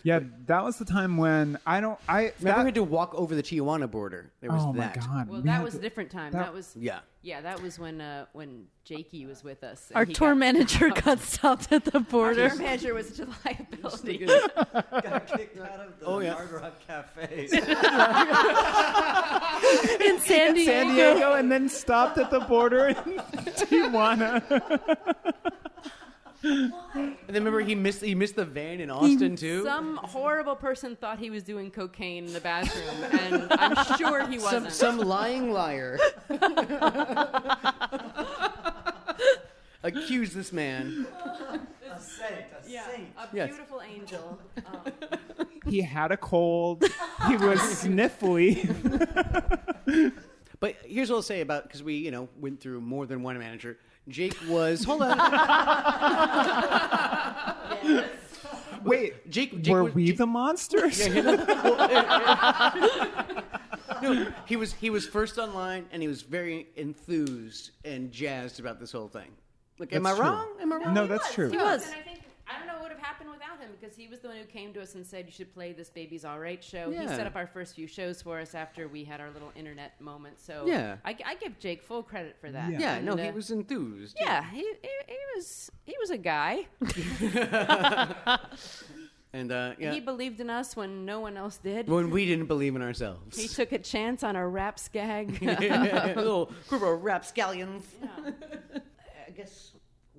yeah, that was the time when I don't. I Remember, we had to walk over the Tijuana border. There was Oh my that. God, Well, that was a different time. that- That, was Yeah. yeah. That was when uh, when Jakey was with us. and Our he tour got manager stopped. got stopped at the Our border. tour manager was such a liability. got kicked out of the Oh, oh, yeah. Hard Rock Cafe. in San Diego. San Diego and then stopped at the border in Tijuana. And then remember, he missed he missed the van in Austin too. Some horrible person thought he was doing cocaine in the bathroom, and I'm sure he Some- wasn't. Some, lying liar accused this man. a saint, a saint, a Yes. beautiful angel. Um, He had a cold. He was sniffly. But here's what I'll say about because we you know went through more than one manager. Jake was hold on. Wait, Jake, Jake Were was- we the monsters? no, he was he was first online, and he was very enthused and jazzed about this whole thing. Like, am I That's true. wrong? Am I wrong? No, that's true. He was. And I think I don't know what would have happened without him because he was the one who came to us and said you should play this Baby's All Right show. He Yeah. set up our first few shows for us after we had our little internet moment. So Yeah. I, I give Jake full credit for that. Yeah, And, no, uh, he was enthused. Yeah, he, he, he was he was a guy. and uh, yeah, He believed in us when no one else did. when we didn't believe in ourselves, he took a chance on a rap skag. a little group of rapscallions. I guess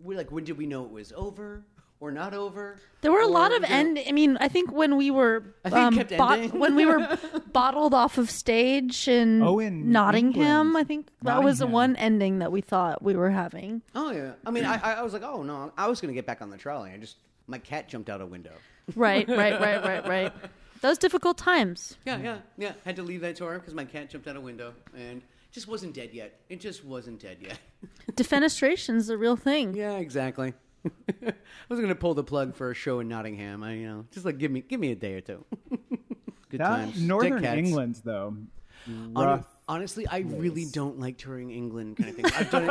we like when did we know it was over or not over? There were a Or, lot of you know, end. I mean, I think when we were um, I think it kept ending. when we were bottled off of stage in, Oh, in Nottingham, I think that was the Nottingham. one ending that we thought we were having. Oh yeah, I mean, I, I I was like, oh no, I was gonna get back on the trolley. I just my cat jumped out a window. Right, right, right, right, right. Those difficult times. Yeah, yeah, yeah. Had to leave that tour because my cat jumped out a window and just wasn't dead yet. It just wasn't dead yet. Defenestration's a real thing. Yeah, exactly. I was gonna pull the plug for a show in Nottingham. I, you know, just like give me give me a day or two. Good That- times. Dead Northern cats. England, though. Hon- Rough. honestly, I really don't like touring England kind of thing. I've done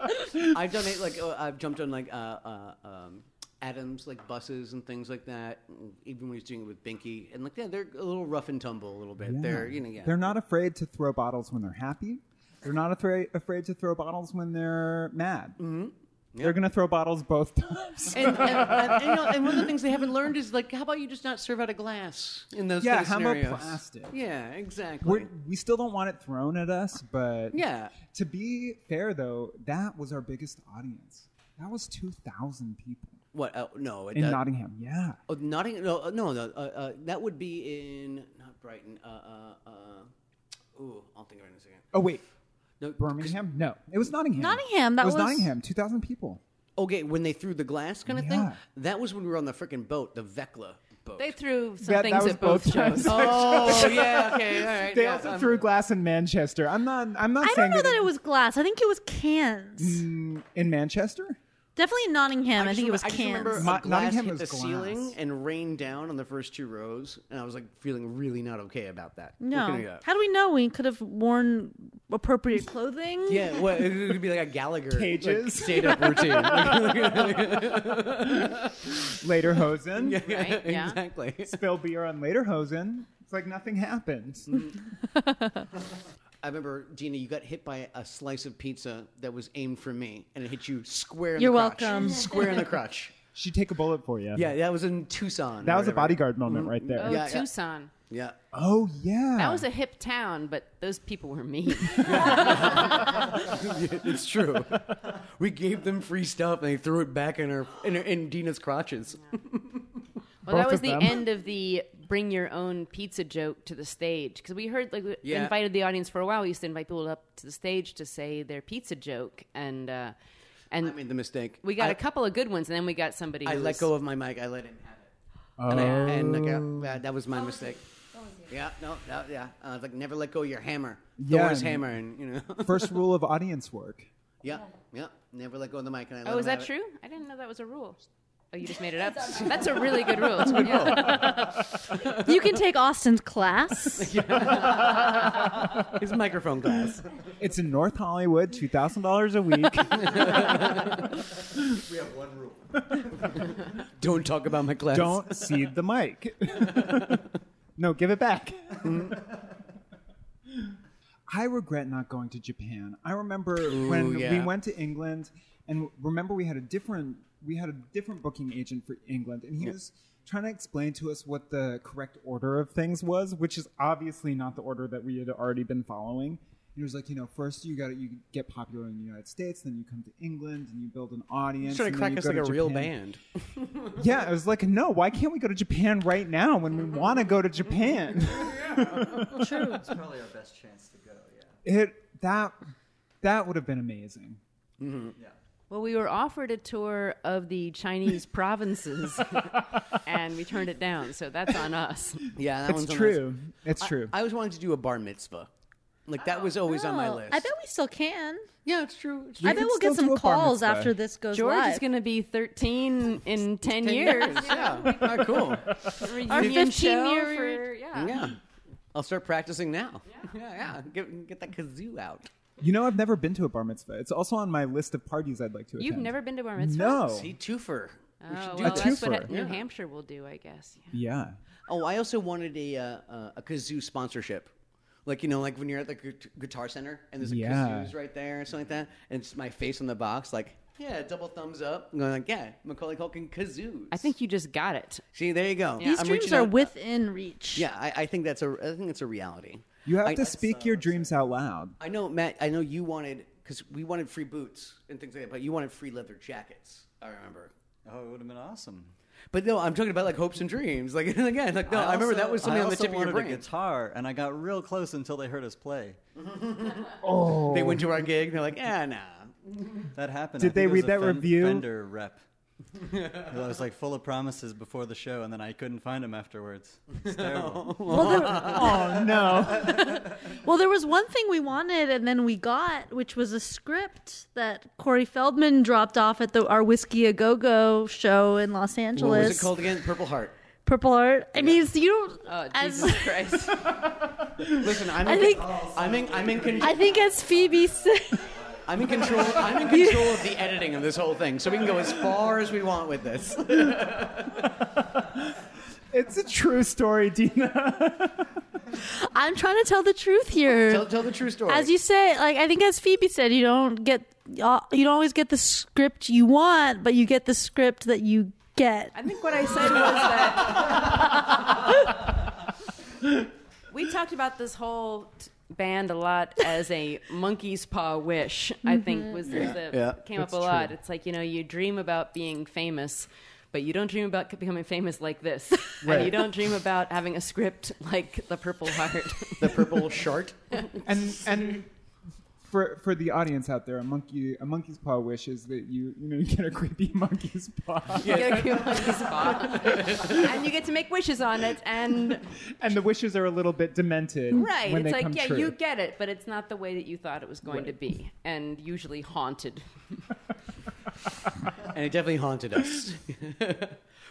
it for real. I've done it like uh, I've jumped on like uh, uh, um, Adams like buses and things like that. Even when he was doing it with Binky and like yeah, they're a little rough and tumble a little bit. Yeah. They're you know yeah. They're not afraid to throw bottles when they're happy. They're not afraid afraid to throw bottles when they're mad. Mm-hmm. They're gonna throw bottles both times. and, and, and, you know, and one of the things they haven't learned is like, how about you just not serve out a glass in those Yeah, kind of how about scenarios? plastic? Yeah, exactly. We're, we still don't want it thrown at us, but Yeah. To be fair, though, that was our biggest audience. That was two thousand people what? Uh, no, it- in uh, Nottingham. Yeah, Oh, Nottingham. No, uh, no, no. Uh, uh, that would be in not Brighton. Uh, uh, uh, ooh, I'll think of it in a second. Oh wait, No, Birmingham? No, it was Nottingham. Nottingham, that it was, was- Nottingham. Two thousand people. Okay, when they threw the glass kind of Yeah. thing, that was when we were on the freaking boat, the Vecla. both. They threw some That- things that was at both, times. shows. Oh, yeah, okay, all right, They yeah, also I'm- threw glass in Manchester. I'm not. I'm not I saying don't know that it was glass. I think it was cans. Mm, in Manchester. Definitely in Nottingham. I, think it was I just cans. remember a glass Nottingham hit is the glass. ceiling and rained down on the first two rows, and I was like feeling really not okay about that. What can we do? No. How do we know we could have worn appropriate clothing? Yeah, what, it would be like a Gallagher like, Cages. stand-up routine. Later Hosen. Yeah, Right, yeah. exactly. Spill beer on Later Hosen. It's like nothing happened. I remember Gina, you got hit by a slice of pizza that was aimed for me, and it hit you square. In You're the crotch. welcome. Square in the crotch. She'd take a bullet for you. Yeah, that was in Tucson. That or was a whatever. bodyguard moment right there. Oh, Tucson. Yeah. Oh yeah. That was a hip town, but those people were mean. it's true. We gave them free stuff, and they threw it back in her in, her, in Dina's crotches. Well, that Both was of the them. end of the bring your own pizza joke to the stage because we heard like we Yeah. invited the audience for a while. We used to invite people up to the stage to say their pizza joke, and uh, and I made the mistake. We got I- a couple of good ones, and then we got somebody. I who let was- go of my mic. I let him have it, and, I, Oh. and like, uh, uh, that was my mistake. Yeah, no, no, yeah. Uh, it's like never let go of your hammer. Yeah, Thor's and- hammer, and you know. First rule of audience work. Yeah, yeah. Never let go of the mic. And I let Oh, him is that have it. true? I didn't know that was a rule. Oh, you just made it up. That's a really good rule. That's a good Yeah. You can take Austin's class. His microphone glass. It's in North Hollywood, two thousand dollars a week. we have one rule. Don't talk about my class. Don't cede the mic. no, give it back. I regret not going to Japan. I remember when we yeah. went to England, and remember we had a different we had a different booking agent for England, and he Yeah. was trying to explain to us what the correct order of things was, which is obviously not the order that we had already been following. He was like, you know, first you got to you get popular in the United States, then you come to England and you build an He's audience. trying and to crack then you us go like to a real Japan." band. Yeah, I was like, no, why can't we go to Japan right now when we want to go to Japan? True. It's probably our best chance to go. It that that would have been amazing. Yeah. Well, we were offered a tour of the Chinese provinces, and we turned it down. So that's on us. Yeah, that It's one's on true. my list. It's I- true. I always wanted to do a bar mitzvah. Like that was always on my Oh, list. I bet we still can. Yeah, it's true. I bet we'll get some calls after this goes George live. is going to be 13 in 10, 10 years. years, yeah. Oh, cool. Our Reunion 15 show year for- yeah. Yeah. I'll start practicing now. Yeah, yeah. Get, get that kazoo out. You know, I've never been to a bar mitzvah. It's also on my list of parties I'd like to attend. You've never been to bar mitzvah? No. See, twofer. Oh, We should do well, that. that's Twofer. what New Yeah. Hampshire will do, I guess. Yeah. Oh, I also wanted a uh, uh, a kazoo sponsorship. Like you know, like when you're at the gu- guitar center and there's a Yeah. kazoos right there or something like that, and it's my face on the box, like yeah, double thumbs up. I'm going like yeah, Macaulay Culkin kazoos. I think you just got it. See, there you go. These I'm dreams reaching are out. within reach. Yeah, I, I think that's a I think it's a reality. You have I- to speak your dreams out loud. I know, Matt. I know you wanted because we wanted free boots and things like that, but you wanted free leather jackets. I remember. Oh, it would have been awesome. But no, I'm talking about like hopes and dreams. Like again, like no, I, remember also- that was something I on the also tip of your wanted brain. a guitar, and I got real close until they heard us play. Oh. They went to our gig. They're like, ah, nah. That happened. Did I think they it was read a that Fen- review? Fender rep. I was like full of promises before the show, and then I couldn't find them afterwards. It's terrible. Well, there- Oh, no. Well, there was one thing we wanted, and then we got, which was a script that Corey Feldman dropped off at the our Whiskey a Go Go show in Los What Angeles. was it called again? Purple Heart. Purple Heart. And he's you don't. Oh, as- Jesus Christ. Listen, I'm. I in, think- I'm in. I'm in. Con- I think as Phoebe said, I'm in control. I'm in control of the editing of this whole thing, so we can go as far as we want with this. It's a true story, Dina. I'm trying to tell the truth here. Tell- tell the true story. As you say, like I think as Phoebe said, you don't get you don't always get the script you want, but you get the script that you get. I think what I said was that we talked about this whole t- band a lot as a monkey's paw wish. I think was Yeah. the Yeah. came up That's a lot. true. It's like you know you dream about being famous. But you don't dream about c- becoming famous like this, Right. and you don't dream about having a script like the Purple Heart. the Purple Shart. and and for for the audience out there, a monkey a monkey's paw wish is that you you know you get a creepy monkey's paw. You get a cute monkey spot. and you get to make wishes on it. And and the wishes are a little bit demented. right, when it's they like come yeah, true. you get it, but it's not the way that you thought it was going to be, and usually haunted. and it definitely haunted us.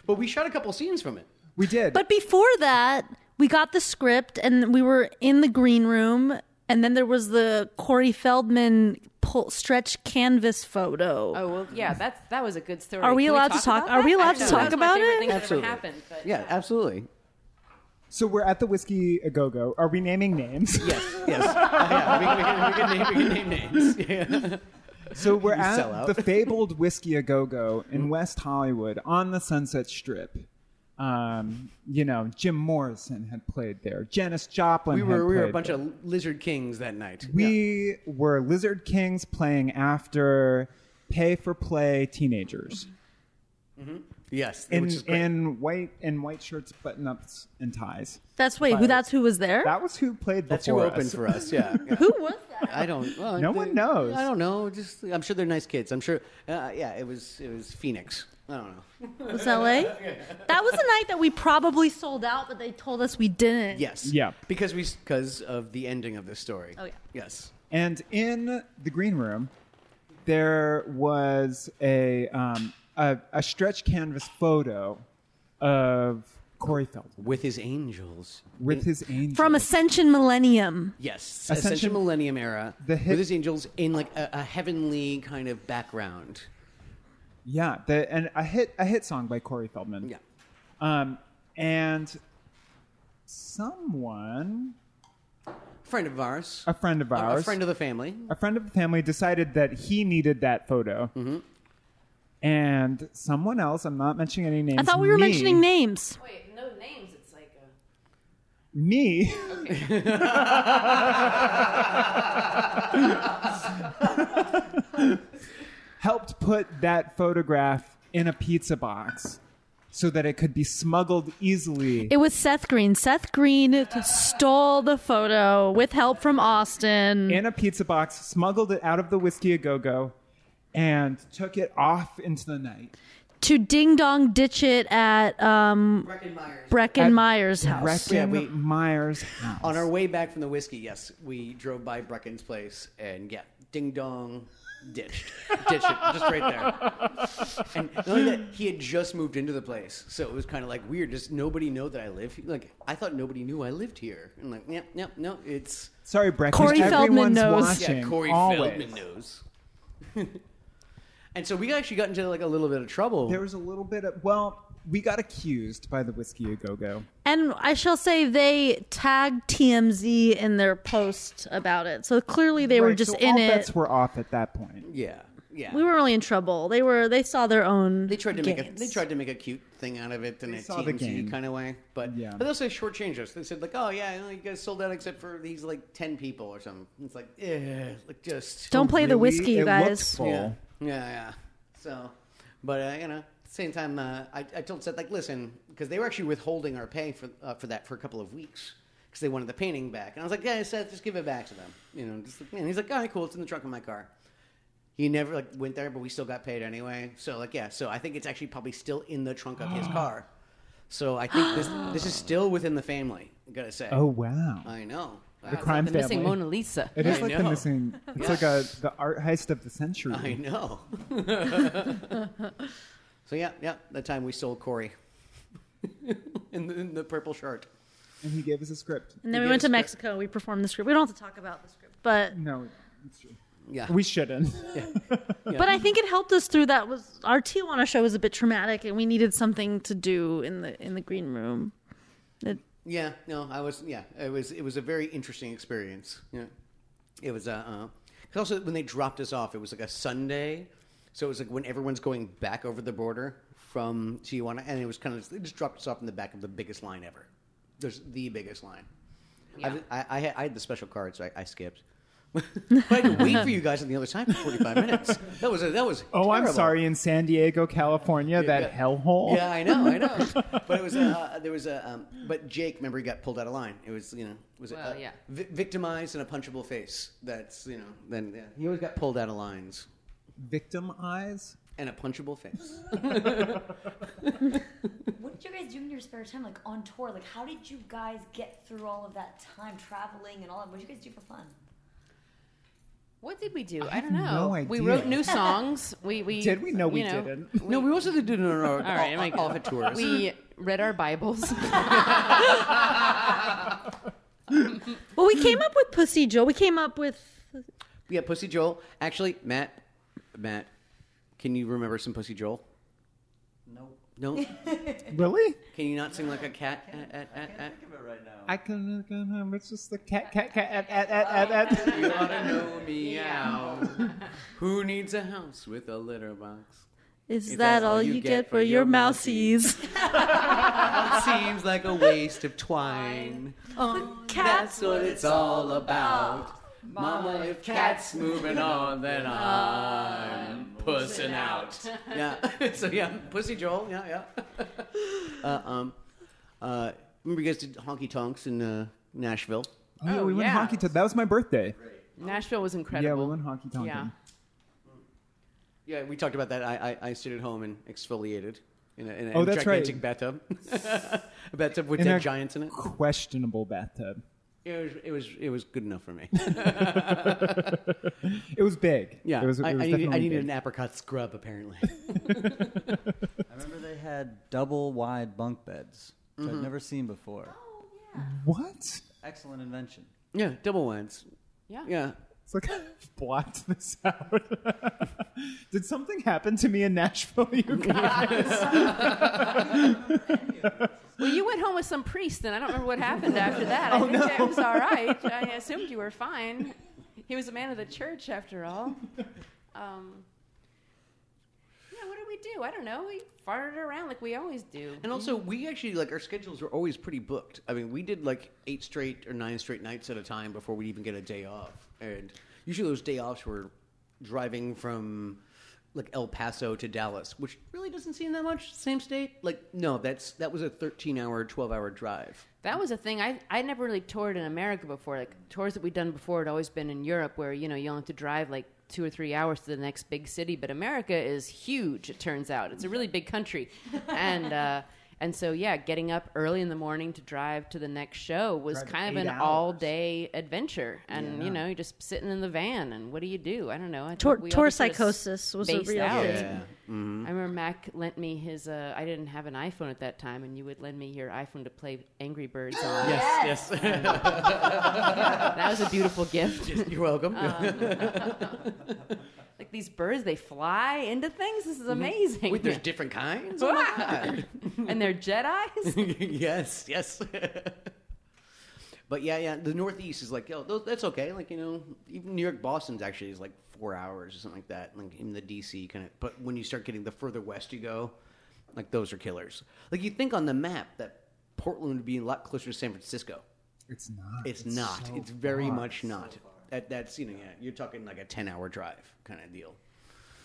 but we shot a couple scenes from it. We did. But before that, we got the script and we were in the green room, and then there was the Corey Feldman pull, stretch canvas photo. Oh well, yeah, that's that was a good story. Are we Can allowed to talk- about are we that? I allowed don't to know. talk That's my about favorite it? thing that ever Absolutely. happened, but- Yeah, absolutely. So we're at the whiskey a go go. Are we naming names? Yes. Oh, yeah, we, can, we, can name, we can name names. Yeah. So we're You sell at out. the fabled Whiskey A Go Go Mm-hmm. in West Hollywood on the Sunset Strip. Um, you know, Jim Morrison had played there. Janis Joplin. We had were we were a played bunch there. of lizard kings that night. We were Lizard Kings playing after pay for play teenagers hmm Yes, in which is great. in white in white shirts, button ups, and ties. That's wait, who? But That's who was there. That was who played. That's who before opened for us. Yeah. yeah. who was I don't. Well, No one knows. I don't know. Just I'm sure they're nice kids. I'm sure. Uh, yeah, it was it was Phoenix. I don't know. was L.A. That was a night that we probably sold out, but they told us we didn't. Yes. Yeah. Because we because of the ending of this story. Oh yeah. Yes. And in the green room, there was a um, a, a stretch canvas photo of Corey Feldman with his angels. With his angels. From Ascension Millennium. Yes, Ascension- Ascension, Millennium era The hit- with his angels in like a, a heavenly kind of background. Yeah, the, and a hit a hit song by Corey Feldman. Yeah, um, and someone, friend of ours, a friend of A- ours, a friend of the family. a friend of the family decided that he needed that photo. Mm-hmm. And someone else, I'm not mentioning any names. I thought we were me- mentioning names. Wait, no names. It's like uh, Me. helped put that photograph in a pizza box so that it could be smuggled easily. It was Seth Green. Seth Green stole the photo with help from Austin. in a pizza box, smuggled it out of the whiskey a go go, and took it off into the night. to ding dong ditch it at um Brecken Meyer's house. Brecken Myers. house. On our way back from the whiskey, yes, we drove by Brecken's place and yeah, ding dong, ditched, ditched it just right there. And not only that, he had just moved into the place, so it was kind of like weird. Just nobody know that I live. here. Like I thought nobody knew I lived here. And like, yeah, no, no, it's Sorry, Brecken. Corey Everyone's Feldman knows. Watching, yeah, Corey always. Feldman knows. and so we actually got into like a little bit of trouble. There was a little bit of well, we got accused by the whiskey a go go. And I shall say they tagged TMZ in their post about it. So clearly they were just so in all it. bets were off at that point. Yeah, yeah. We were really in trouble. They were they saw their own They tried to make a, gains. they tried to make a cute thing out of it in a saw the game. TMZ kind of way, but Yeah. but they also shortchanged us. They said like, oh yeah, you guys sold out except for these like ten people or something. It's like, yeah, like just Don't play the Really? whiskey, you It looked guys. full. Yeah, yeah, yeah. So, but uh, you know, at the same time, uh, I I told Seth like, listen, because they were actually withholding our pay for uh, for that for a couple of weeks because they wanted the painting back, and I was like, yeah, Seth, just give it back to them, you know. Just like, and he's like, all right, cool, it's in the trunk of my car. He never like went there, but we still got paid anyway. So like yeah, so I think it's actually probably still in the trunk of his car. So I think this this is still within the family. I gotta say. Oh wow. I know. Wow. The crime family. Lisa. It is I like the know. missing. It's Yeah. like a the art heist of the century. I know. so yeah, yeah. That time we sold Corey in, the, in the purple shirt. And he gave us a script. and then we went to Mexico. We performed the script. We don't have to talk about the script, but No, it's true. Yeah. We shouldn't. But I think it helped us through that. Was our Tijuana show was a bit traumatic, and we needed something to do in the in the green room. It- Yeah, no, I was. Yeah, it was. It was a very interesting experience. Yeah, it was. Uh, uh 'cause also when they dropped us off, it was like a Sunday, so it was like when everyone's going back over the border from Tijuana, and it was kind of they just dropped us off in the back of the biggest line ever. There's the biggest line. I've- I, I, had- I had the special card, so I, I skipped. but I had to wait for you guys on the other side for 45 minutes. That was a, that was. Oh, I'm terrible. sorry. In San Diego, California, that hellhole. Yeah, I know, I know. But it was uh, there was a um, but Jake, remember he got pulled out of line. It was you know was it, Well, uh, yeah. vi- victimized and a punchable face. That's you know then yeah, he always got pulled out of lines. Victim eyes and a punchable face. What did you guys do in your spare time, like on tour? Like, how did you guys get through all of that time traveling and all that? What did you guys do for fun? What did we do? I, have don't know. no We idea. wrote new songs. We, we Did we? No, you we know, didn't. No, we also didn't. No, no, no. All right, I'm all, all like- the tours. We read our Bibles. Well, we came up with Pussy Joe. We came up with yeah, Pussy Joel. Actually, Matt, Matt, can you remember some Pussy Joel? No. No. really? Can you not sing like a cat? I can't think of it right now. I can. I can um, it's just the cat, cat, cat, at, at, at, at, at. You ought to know meow. Who needs a house with a litter box? Is If that all you, get, for your mousies? Seems like a waste of twine. Oh, that's what it's all about. Mama, if cat's moving on, then I'm pussing out. Yeah. so yeah, Pussy Joel. Yeah, yeah. Uh, um, uh, remember you guys did honky tonks in uh, Nashville? Oh, yeah, we went yeah. honky tonk. That was my birthday. Nashville was incredible. Yeah, we went honky tonk. Yeah. Yeah, we talked about that. I I, I stood at home and exfoliated in a, in a Oh, that's right. gigantic bathtub, a bathtub with In dead a giants in it. Questionable bathtub. It was it was it was good enough for me. It was big. Yeah, it was. It I, was I needed, I definitely needed big. an apricot scrub apparently. I remember they had double wide bunk beds, which Mhm. I'd never seen before. What? Excellent invention. yeah, double ones. Yeah. Yeah. It's like I blocked this out. Did something happen to me in Nashville, you guys? Well, you went home with some priest, and I don't remember what happened after that. I think that was all right. I assumed you were fine. He was a man of the church, after all. Um, yeah, what did we do? I don't know. We farted around like we always do. And also, we actually like our schedules were always pretty booked. I mean, we did like eight straight or nine straight nights at a time before we even get a day off. And usually, those day offs were driving from like El Paso to Dallas, which really doesn't seem that much. Same state. Like, no, that's that was a thirteen-hour, twelve-hour drive. That was a thing. I I never really toured in America before. Like tours that we'd done before had always been in Europe, where you know you only have to drive like two or three hours to the next big city. But America is huge. It turns out it's a really big country, and uh, and so yeah, getting up early in the morning to drive to the next show was Drive kind of eight an hours. all day adventure. And Yeah. you know, you're just sitting in the van, and what do you do? I don't know. I think Tour- we all tour just sort of psychosis was a spaced real out. thing. Yeah. I remember Mac lent me his. Uh, I didn't have an iPhone at that time, and you would lend me your iPhone to play Angry Birds on. Yes, yes. And that was a beautiful gift. Yes, you're welcome. like these birds, they fly into things. This is amazing. Wait, there's different kinds. Oh my and they're Jedi's. god. yes, yes. but yeah, yeah. The Northeast is like, yo, tho- that's okay. Like you know, even New York, Boston's actually is like four hours or something like that. Like in the DC kind of. But when you start getting the further west you go, like those are killers. Like you think on the map that Portland would be a lot closer to San Francisco. It's not. It's, not. it's very much not. that, that's you know, yeah, you're talking like a ten-hour drive kind of deal.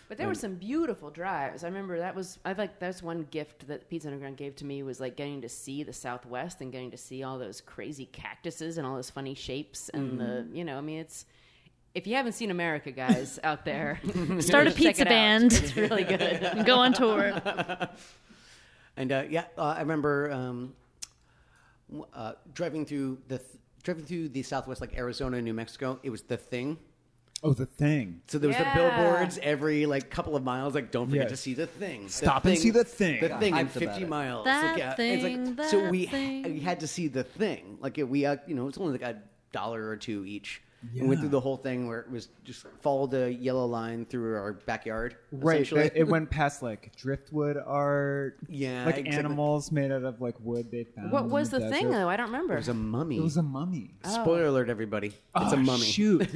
But there were And- some beautiful drives. I remember that was I like that's one gift that Pizza Underground gave to me was like getting to see the Southwest and getting to see all those crazy cactuses and all those funny shapes and the you know I mean it's if you haven't seen America guys out there Start check a it pizza out. band. it's really good Go on tour. And uh, yeah, uh, I remember um, w- uh, driving through the th- driving through the Southwest, like Arizona, New Mexico. It was the thing. oh, the thing. So there was Yeah. the billboards every like couple of miles. Like, don't forget Yes. to see the thing. The Stop and see the thing. The Got thing in hyped about fifty it. miles. That like, yeah, it's like- thing, so that we thing. we had to see the thing. Like it- we, uh, you know, it's only like a dollar or two each. And went Yeah. through the whole thing where it was just follow the yellow line through our backyard. Right. essentially. It, it went past like driftwood art. Yeah, Like exactly. animals made out of like wood they found. What in was the thing, desert. though? I don't remember. It was a mummy. It was a mummy. Spoiler alert, everybody! It's Oh, a mummy. shoot.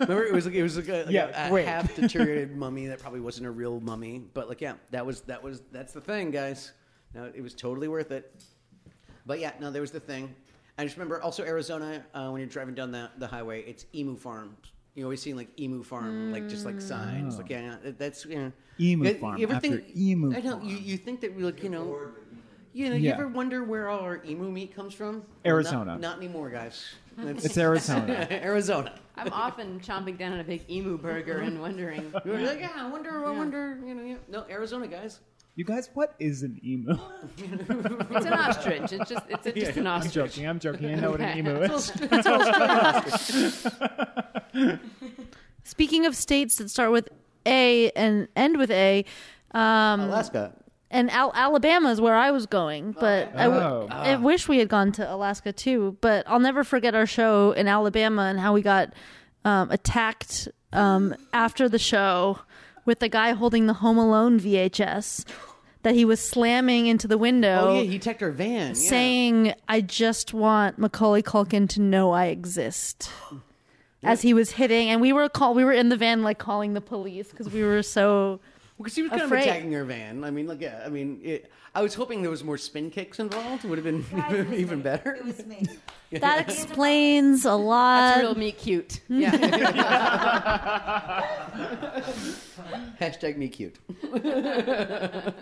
Remember, it was like it was like a, like Yeah, a- a great. half deteriorated mummy that probably wasn't a real mummy, but like yeah, that was that was that's the thing, guys. No, it was totally worth it. But yeah, no, there was the thing, I just remember also Arizona uh, when you're driving down the, the highway, it's emu farms. You always see like emu farm, like just like signs, like yeah, yeah, that's you know Emu Yeah, farm You ever after think emu I know you, you think that we like you know, you know you Yeah. ever wonder where all our emu meat comes from? Well, not- Arizona. Not, anymore, guys. It's Arizona. Arizona. I'm often chomping down on a big emu burger and wondering. You were like, yeah, I wonder, I wonder, you know, yeah. no Arizona guys. You guys, what is an emu? It's an ostrich. It's just- it's a- just an ostrich. I'm joking. I'm joking. I know what an emu is. Speaking of states that start with A and end with A, um, Alaska. and Al- Alabama is where I was going, but I, w- Oh. I wish we had gone to Alaska too. But I'll never forget our show in Alabama and how we got um, attacked um, after the show with the guy holding the Home Alone VHS that he was slamming into the window. Oh yeah, he checked our van. Yeah. saying, "I just want Macaulay Culkin to know I exist." As he was hitting, and we were call, we were in the van like calling the police because we were so Because he was kind afraid. of attacking her van. I mean, like, yeah, I mean, it, I was hoping there was more spin kicks involved. Would have been even better. It was me. That explains a lot. That's real me cute. Hashtag me cute.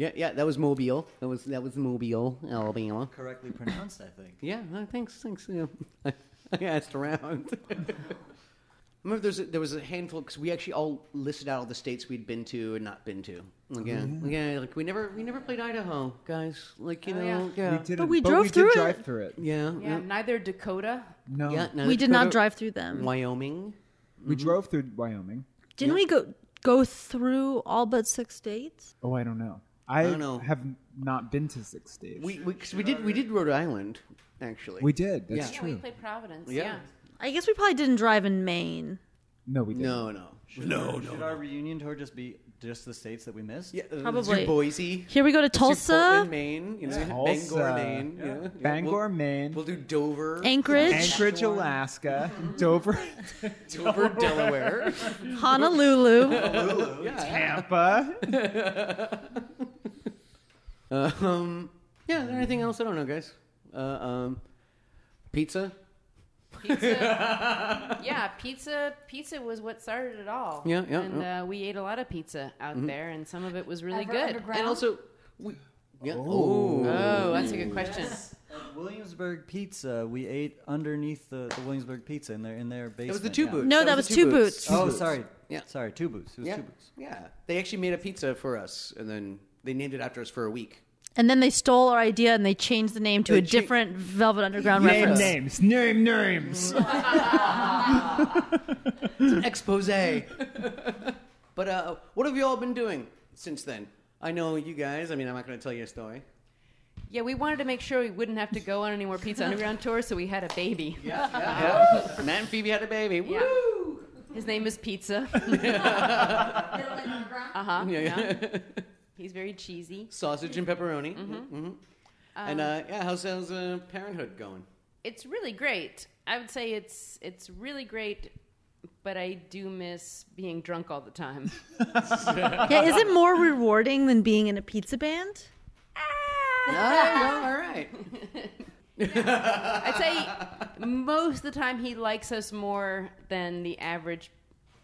Yeah, yeah, that was Mobile. That was that was Mobile, Alabama. Correctly pronounced, I think. Yeah, uh, thanks, thanks. Yeah. I asked around. Remember, there's a, there was a handful because we actually all listed out all the states we'd been to and not been to. Like, yeah, Yeah. yeah, like we never we never played Idaho, guys. Like you Oh, yeah. know, yeah. We didn't, But we but we drove did through it. drive through it. Yeah, Yeah, neither Dakota. No. Yeah, Mm-hmm. no, we did not Dakota- drive through them. Wyoming. We drove through Wyoming. Didn't we go go through all but six states? Oh, I don't know. I, don't know. have not been to six states. We we, 'cause we did we did Rhode Island actually. We did, that's Yeah, we played Providence. Yeah. Hmm. Yeah. I guess we probably didn't drive in Maine. No, we didn't. No, no, Should our- Should our reunion tour just be just the states that we missed? Yeah, uh, Probably. let's do Boise. Here we go to Let's do Tulsa. Portland, Maine. You know, Tulsa. Bangor, Maine. Yeah. Yeah. yeah, Bangor, we'll- Maine. We'll do Dover. Anchorage. Anchorage, Alaska. Dover. Dover, Delaware. Honolulu. Honolulu. Tampa. um, yeah, is there anything else? I don't know, guys. Uh, um, pizza. Pizza. yeah, pizza. Pizza was what started it all. Yeah, yeah, And yeah. Uh, we ate a lot of pizza out Mhm. there, and some of it was really Ever good. underground? And also- Yeah. Oh. Oh, that's a good question. Yes. At Williamsburg Pizza. We ate underneath the, the Williamsburg Pizza in their in their basement. was the Two yeah. Boots. No, That that was was Two Two Boots. Boots. Two Oh, Boots. sorry. Yeah. Sorry, Two Boots. It was yeah. Two Boots. Yeah. They actually made a pizza for us, and then they named it after us for a week. And then they stole our idea and they changed the name to They a cha- different Velvet Underground Name reference. names, name names. It's an expose. but uh, what have you all been doing since then? I know you guys. I mean, I'm not going to tell you a story. Yeah, we wanted to make sure we wouldn't have to go on any more Pizza Underground tours, so we had a baby. Yeah. Yeah. Matt and Phoebe had a baby. Woo! His name is Pizza. uh huh. Yeah, Uh-huh. yeah. He's very cheesy. Sausage and pepperoni. Mhm. Mhm. and Um, uh, yeah, how's, how's uh, parenthood going? it's really great. I would say it's it's really great, but I do miss being drunk all the time. Yeah, is it more rewarding than being in a pizza band? all right. I'd say most of the time he likes us more than the average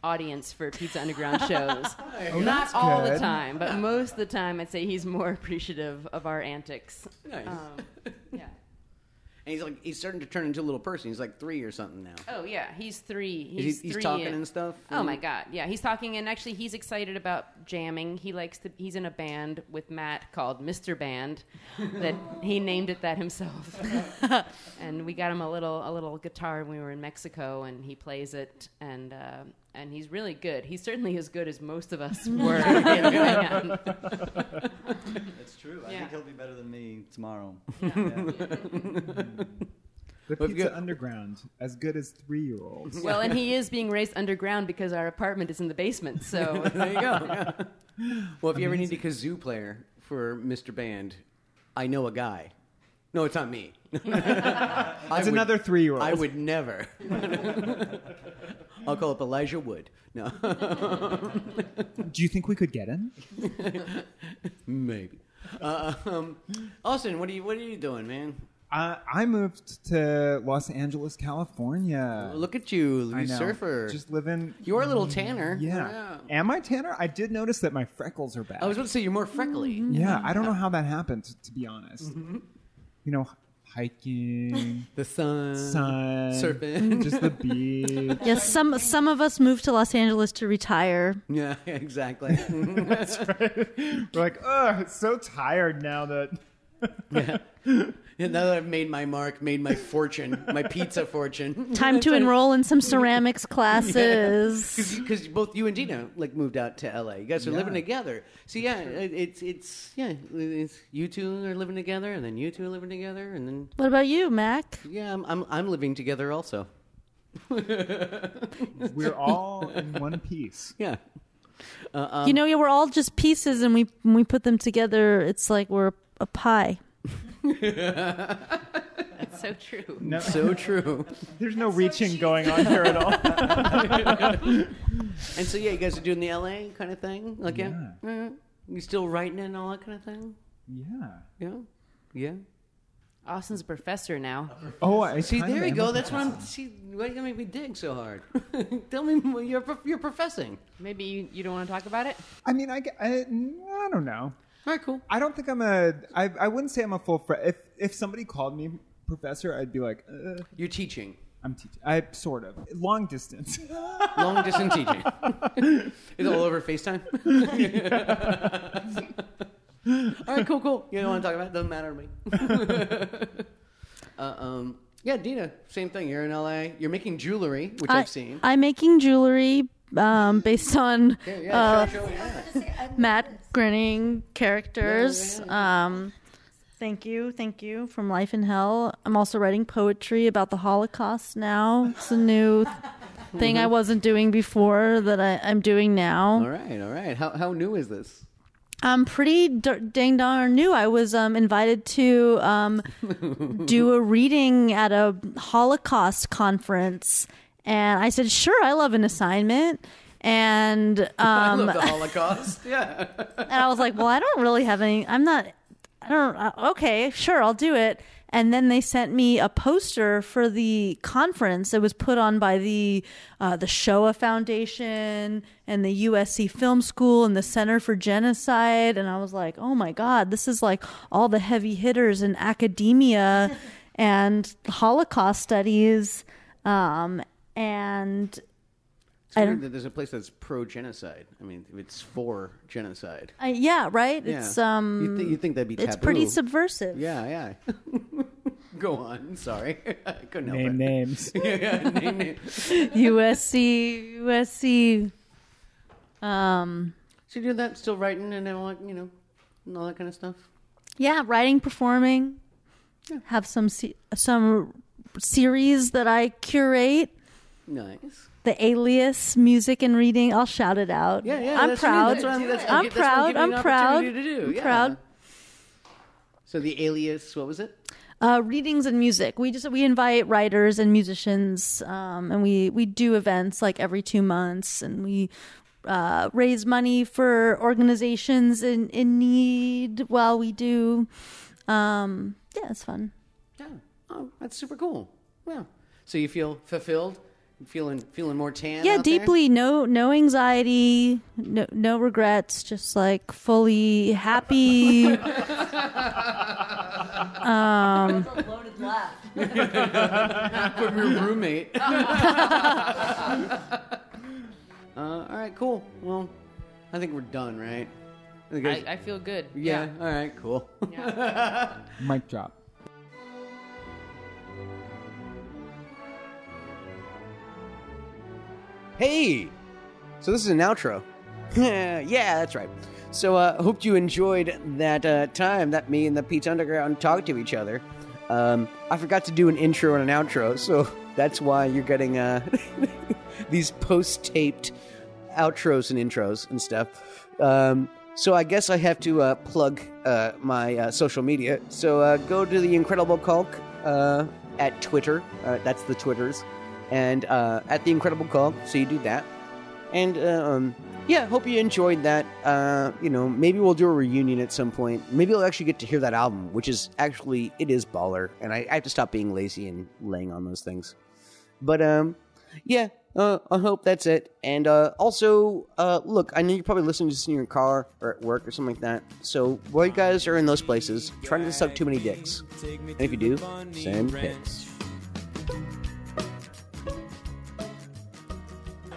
audience for Pizza Underground shows. Oh, Not that's all the good. time, but most of the time I'd say he's more appreciative of our antics. Nice. Um, yeah. And he's like, he's starting to turn into a little person. He's like three or something now. Oh yeah, he's three. Is he- He's, he's three. talking and stuff? Oh my And- god, yeah, he's talking and actually he's excited about jamming. He likes to. He's in a band with Matt called Mr. Band, that he named it that himself. and we got him a little a little guitar when we were in Mexico, and he plays it and. Uh, and he's really good. He's certainly as good as most of us were. in the band. It's true. I Yeah. think he'll be better than me tomorrow. The Well, if you Pizza go- Underground, as good as three-year-olds. Well, and he is being raised underground because our apartment is in the basement. So there you go. Well, if you ever need a kazoo player for Mr. Band, I know a guy. No, it's not me. It's another three-year-old. I would never. I'll call up Elijah Wood. No. Do you think we could get him? Maybe. Uh, um, Austin, what are you what are you doing, man? I, I moved to Los Angeles, California. Look at you, I Louis know. Surfer. Just living. You're a little tanner. Yeah. Am I Tanner? I did notice that my freckles are back. I was about to say you're more freckly. Yeah, I don't know how that happened, to be honest. Mhm. You know, hiking, the sun, sun, surfing. just the beach. Yes, some some of us moved to Los Angeles to retire. Yeah, exactly. That's right. We're like, oh, so tired now that. yeah. Yeah, Now that I've made my mark, made my fortune, my pizza fortune. Time to enroll in some ceramics classes. Because both you and Dina like moved out to LA. You guys are Yeah. living together. So yeah, it, it's it's yeah, it's, you two are living together, and then you two are living together, and then What about you, Mac? yeah, I'm I'm, I'm living together also. We're all in one piece. Yeah. Uh, um, you know, yeah, we're all just pieces, and we when we put them together, it's like we're a, a pie. That's so true. So true. There's no reaching going on here at all. and so yeah, you guys are doing the LA kind of thing, like yeah, yeah. you still writing and all that kind of thing. Yeah. Yeah. Yeah. Austin's a professor now. Oh, I see. kind of There you am go. a That's what I'm. See, why you gonna make me dig so hard? Tell me, what you're prof- you're professing. Maybe you, you don't want to talk about it. I mean, I, get- I, I don't know. All right, cool. I don't think I'm a. I, I wouldn't say I'm a full. Fr- if if somebody called me professor, I'd be like, uh, You're teaching. I'm teaching. I sort of long distance. Long distance teaching. Is it all over FaceTime? all right, cool, cool. You don't want to talk about it? Doesn't matter to me. uh, um, yeah, Dina, same thing. You're in LA. You're making jewelry, which I, I, uh, have seen. am making jewelry um, based on Yeah, yeah, uh, show- show me that. Matt Grinning characters. Um, thank you, thank you from Life in Hell. I'm also writing poetry about the Holocaust now. It's a new thing I Mhm. wasn't doing before that I, I'm doing now. All right, all right. How how new is this? I'm pretty d- dang darn new. I was um, invited to um, do a reading at a Holocaust conference, and I said, "Sure, I love an assignment." And um, I love the Holocaust. yeah. and I was like, "Well, I don't really have any. I'm not. I don't. Uh, okay, sure, I'll do it." And then they sent me a poster for the conference. It was put on by the uh, the Shoah Foundation and the USC Film School and the Center for Genocide. And I was like, "Oh my God, this is like all the heavy hitters in academia and Holocaust studies." Um, and It's I weird don't. that there's a place that's pro genocide. I mean, it's for genocide. I, uh, yeah, right. Yeah. It's um. You thi- you think that'd be It's pretty taboo. subversive. Yeah, yeah. Go on. Sorry, I couldn't help Name it. names. yeah, yeah, name names. USC, USC. Um, So you do that, still writing and all that, you know, and all that kind of stuff. yeah, writing, performing. Have some se- some series that I curate. Nice. The alias music and reading. I'll shout it out. Yeah, yeah. I'm that's what I mean, proud. that's what I'm, that's what I'm gi- that's what proud. giving you I'm an proud. opportunity To do. I'm yeah. proud. So the alias, what was it? Uh, readings and music. We just we invite writers and musicians, um, and we we do events like every two months, and we uh, raise money for organizations in in need. While we do, um, yeah, it's fun. Yeah. Oh, that's super cool. Yeah. So you feel fulfilled, feeling feeling more tan. yeah, out there? deeply. No no anxiety, no no regrets. Just like fully happy. um, Loaded laugh. From your Mm-hmm. roommate. uh, all right, cool. Well, I think we're done, right? think I, I feel good. yeah, All right. Cool. Mic drop. Hey! So this is an outro. yeah, that's right. So uh, hope you enjoyed that uh, time that me and the Pete's Underground talked to each other. Um, I forgot to do an intro and an outro, so that's why you're getting uh, these post-taped outros and intros and stuff. Um, so I guess I have to uh, plug uh, my uh, social media. So uh, go to the Incredible Culk uh, at Twitter. Uh, that's the Twitters, and uh, at the Incredible Culk. So you do that. And uh, um, yeah, hope you enjoyed that. Uh, you know, maybe we'll do a reunion at some point. Maybe I'll actually get to hear that album, which is actually it is baller. And I, I have to stop being lazy and laying on those things. But um, yeah, uh, I hope that's it. And uh, also, uh, look, I know you're probably listening to this in your car or at work or something like that. So while you guys are in those places, try not to suck too many dicks. And if you do, send pics.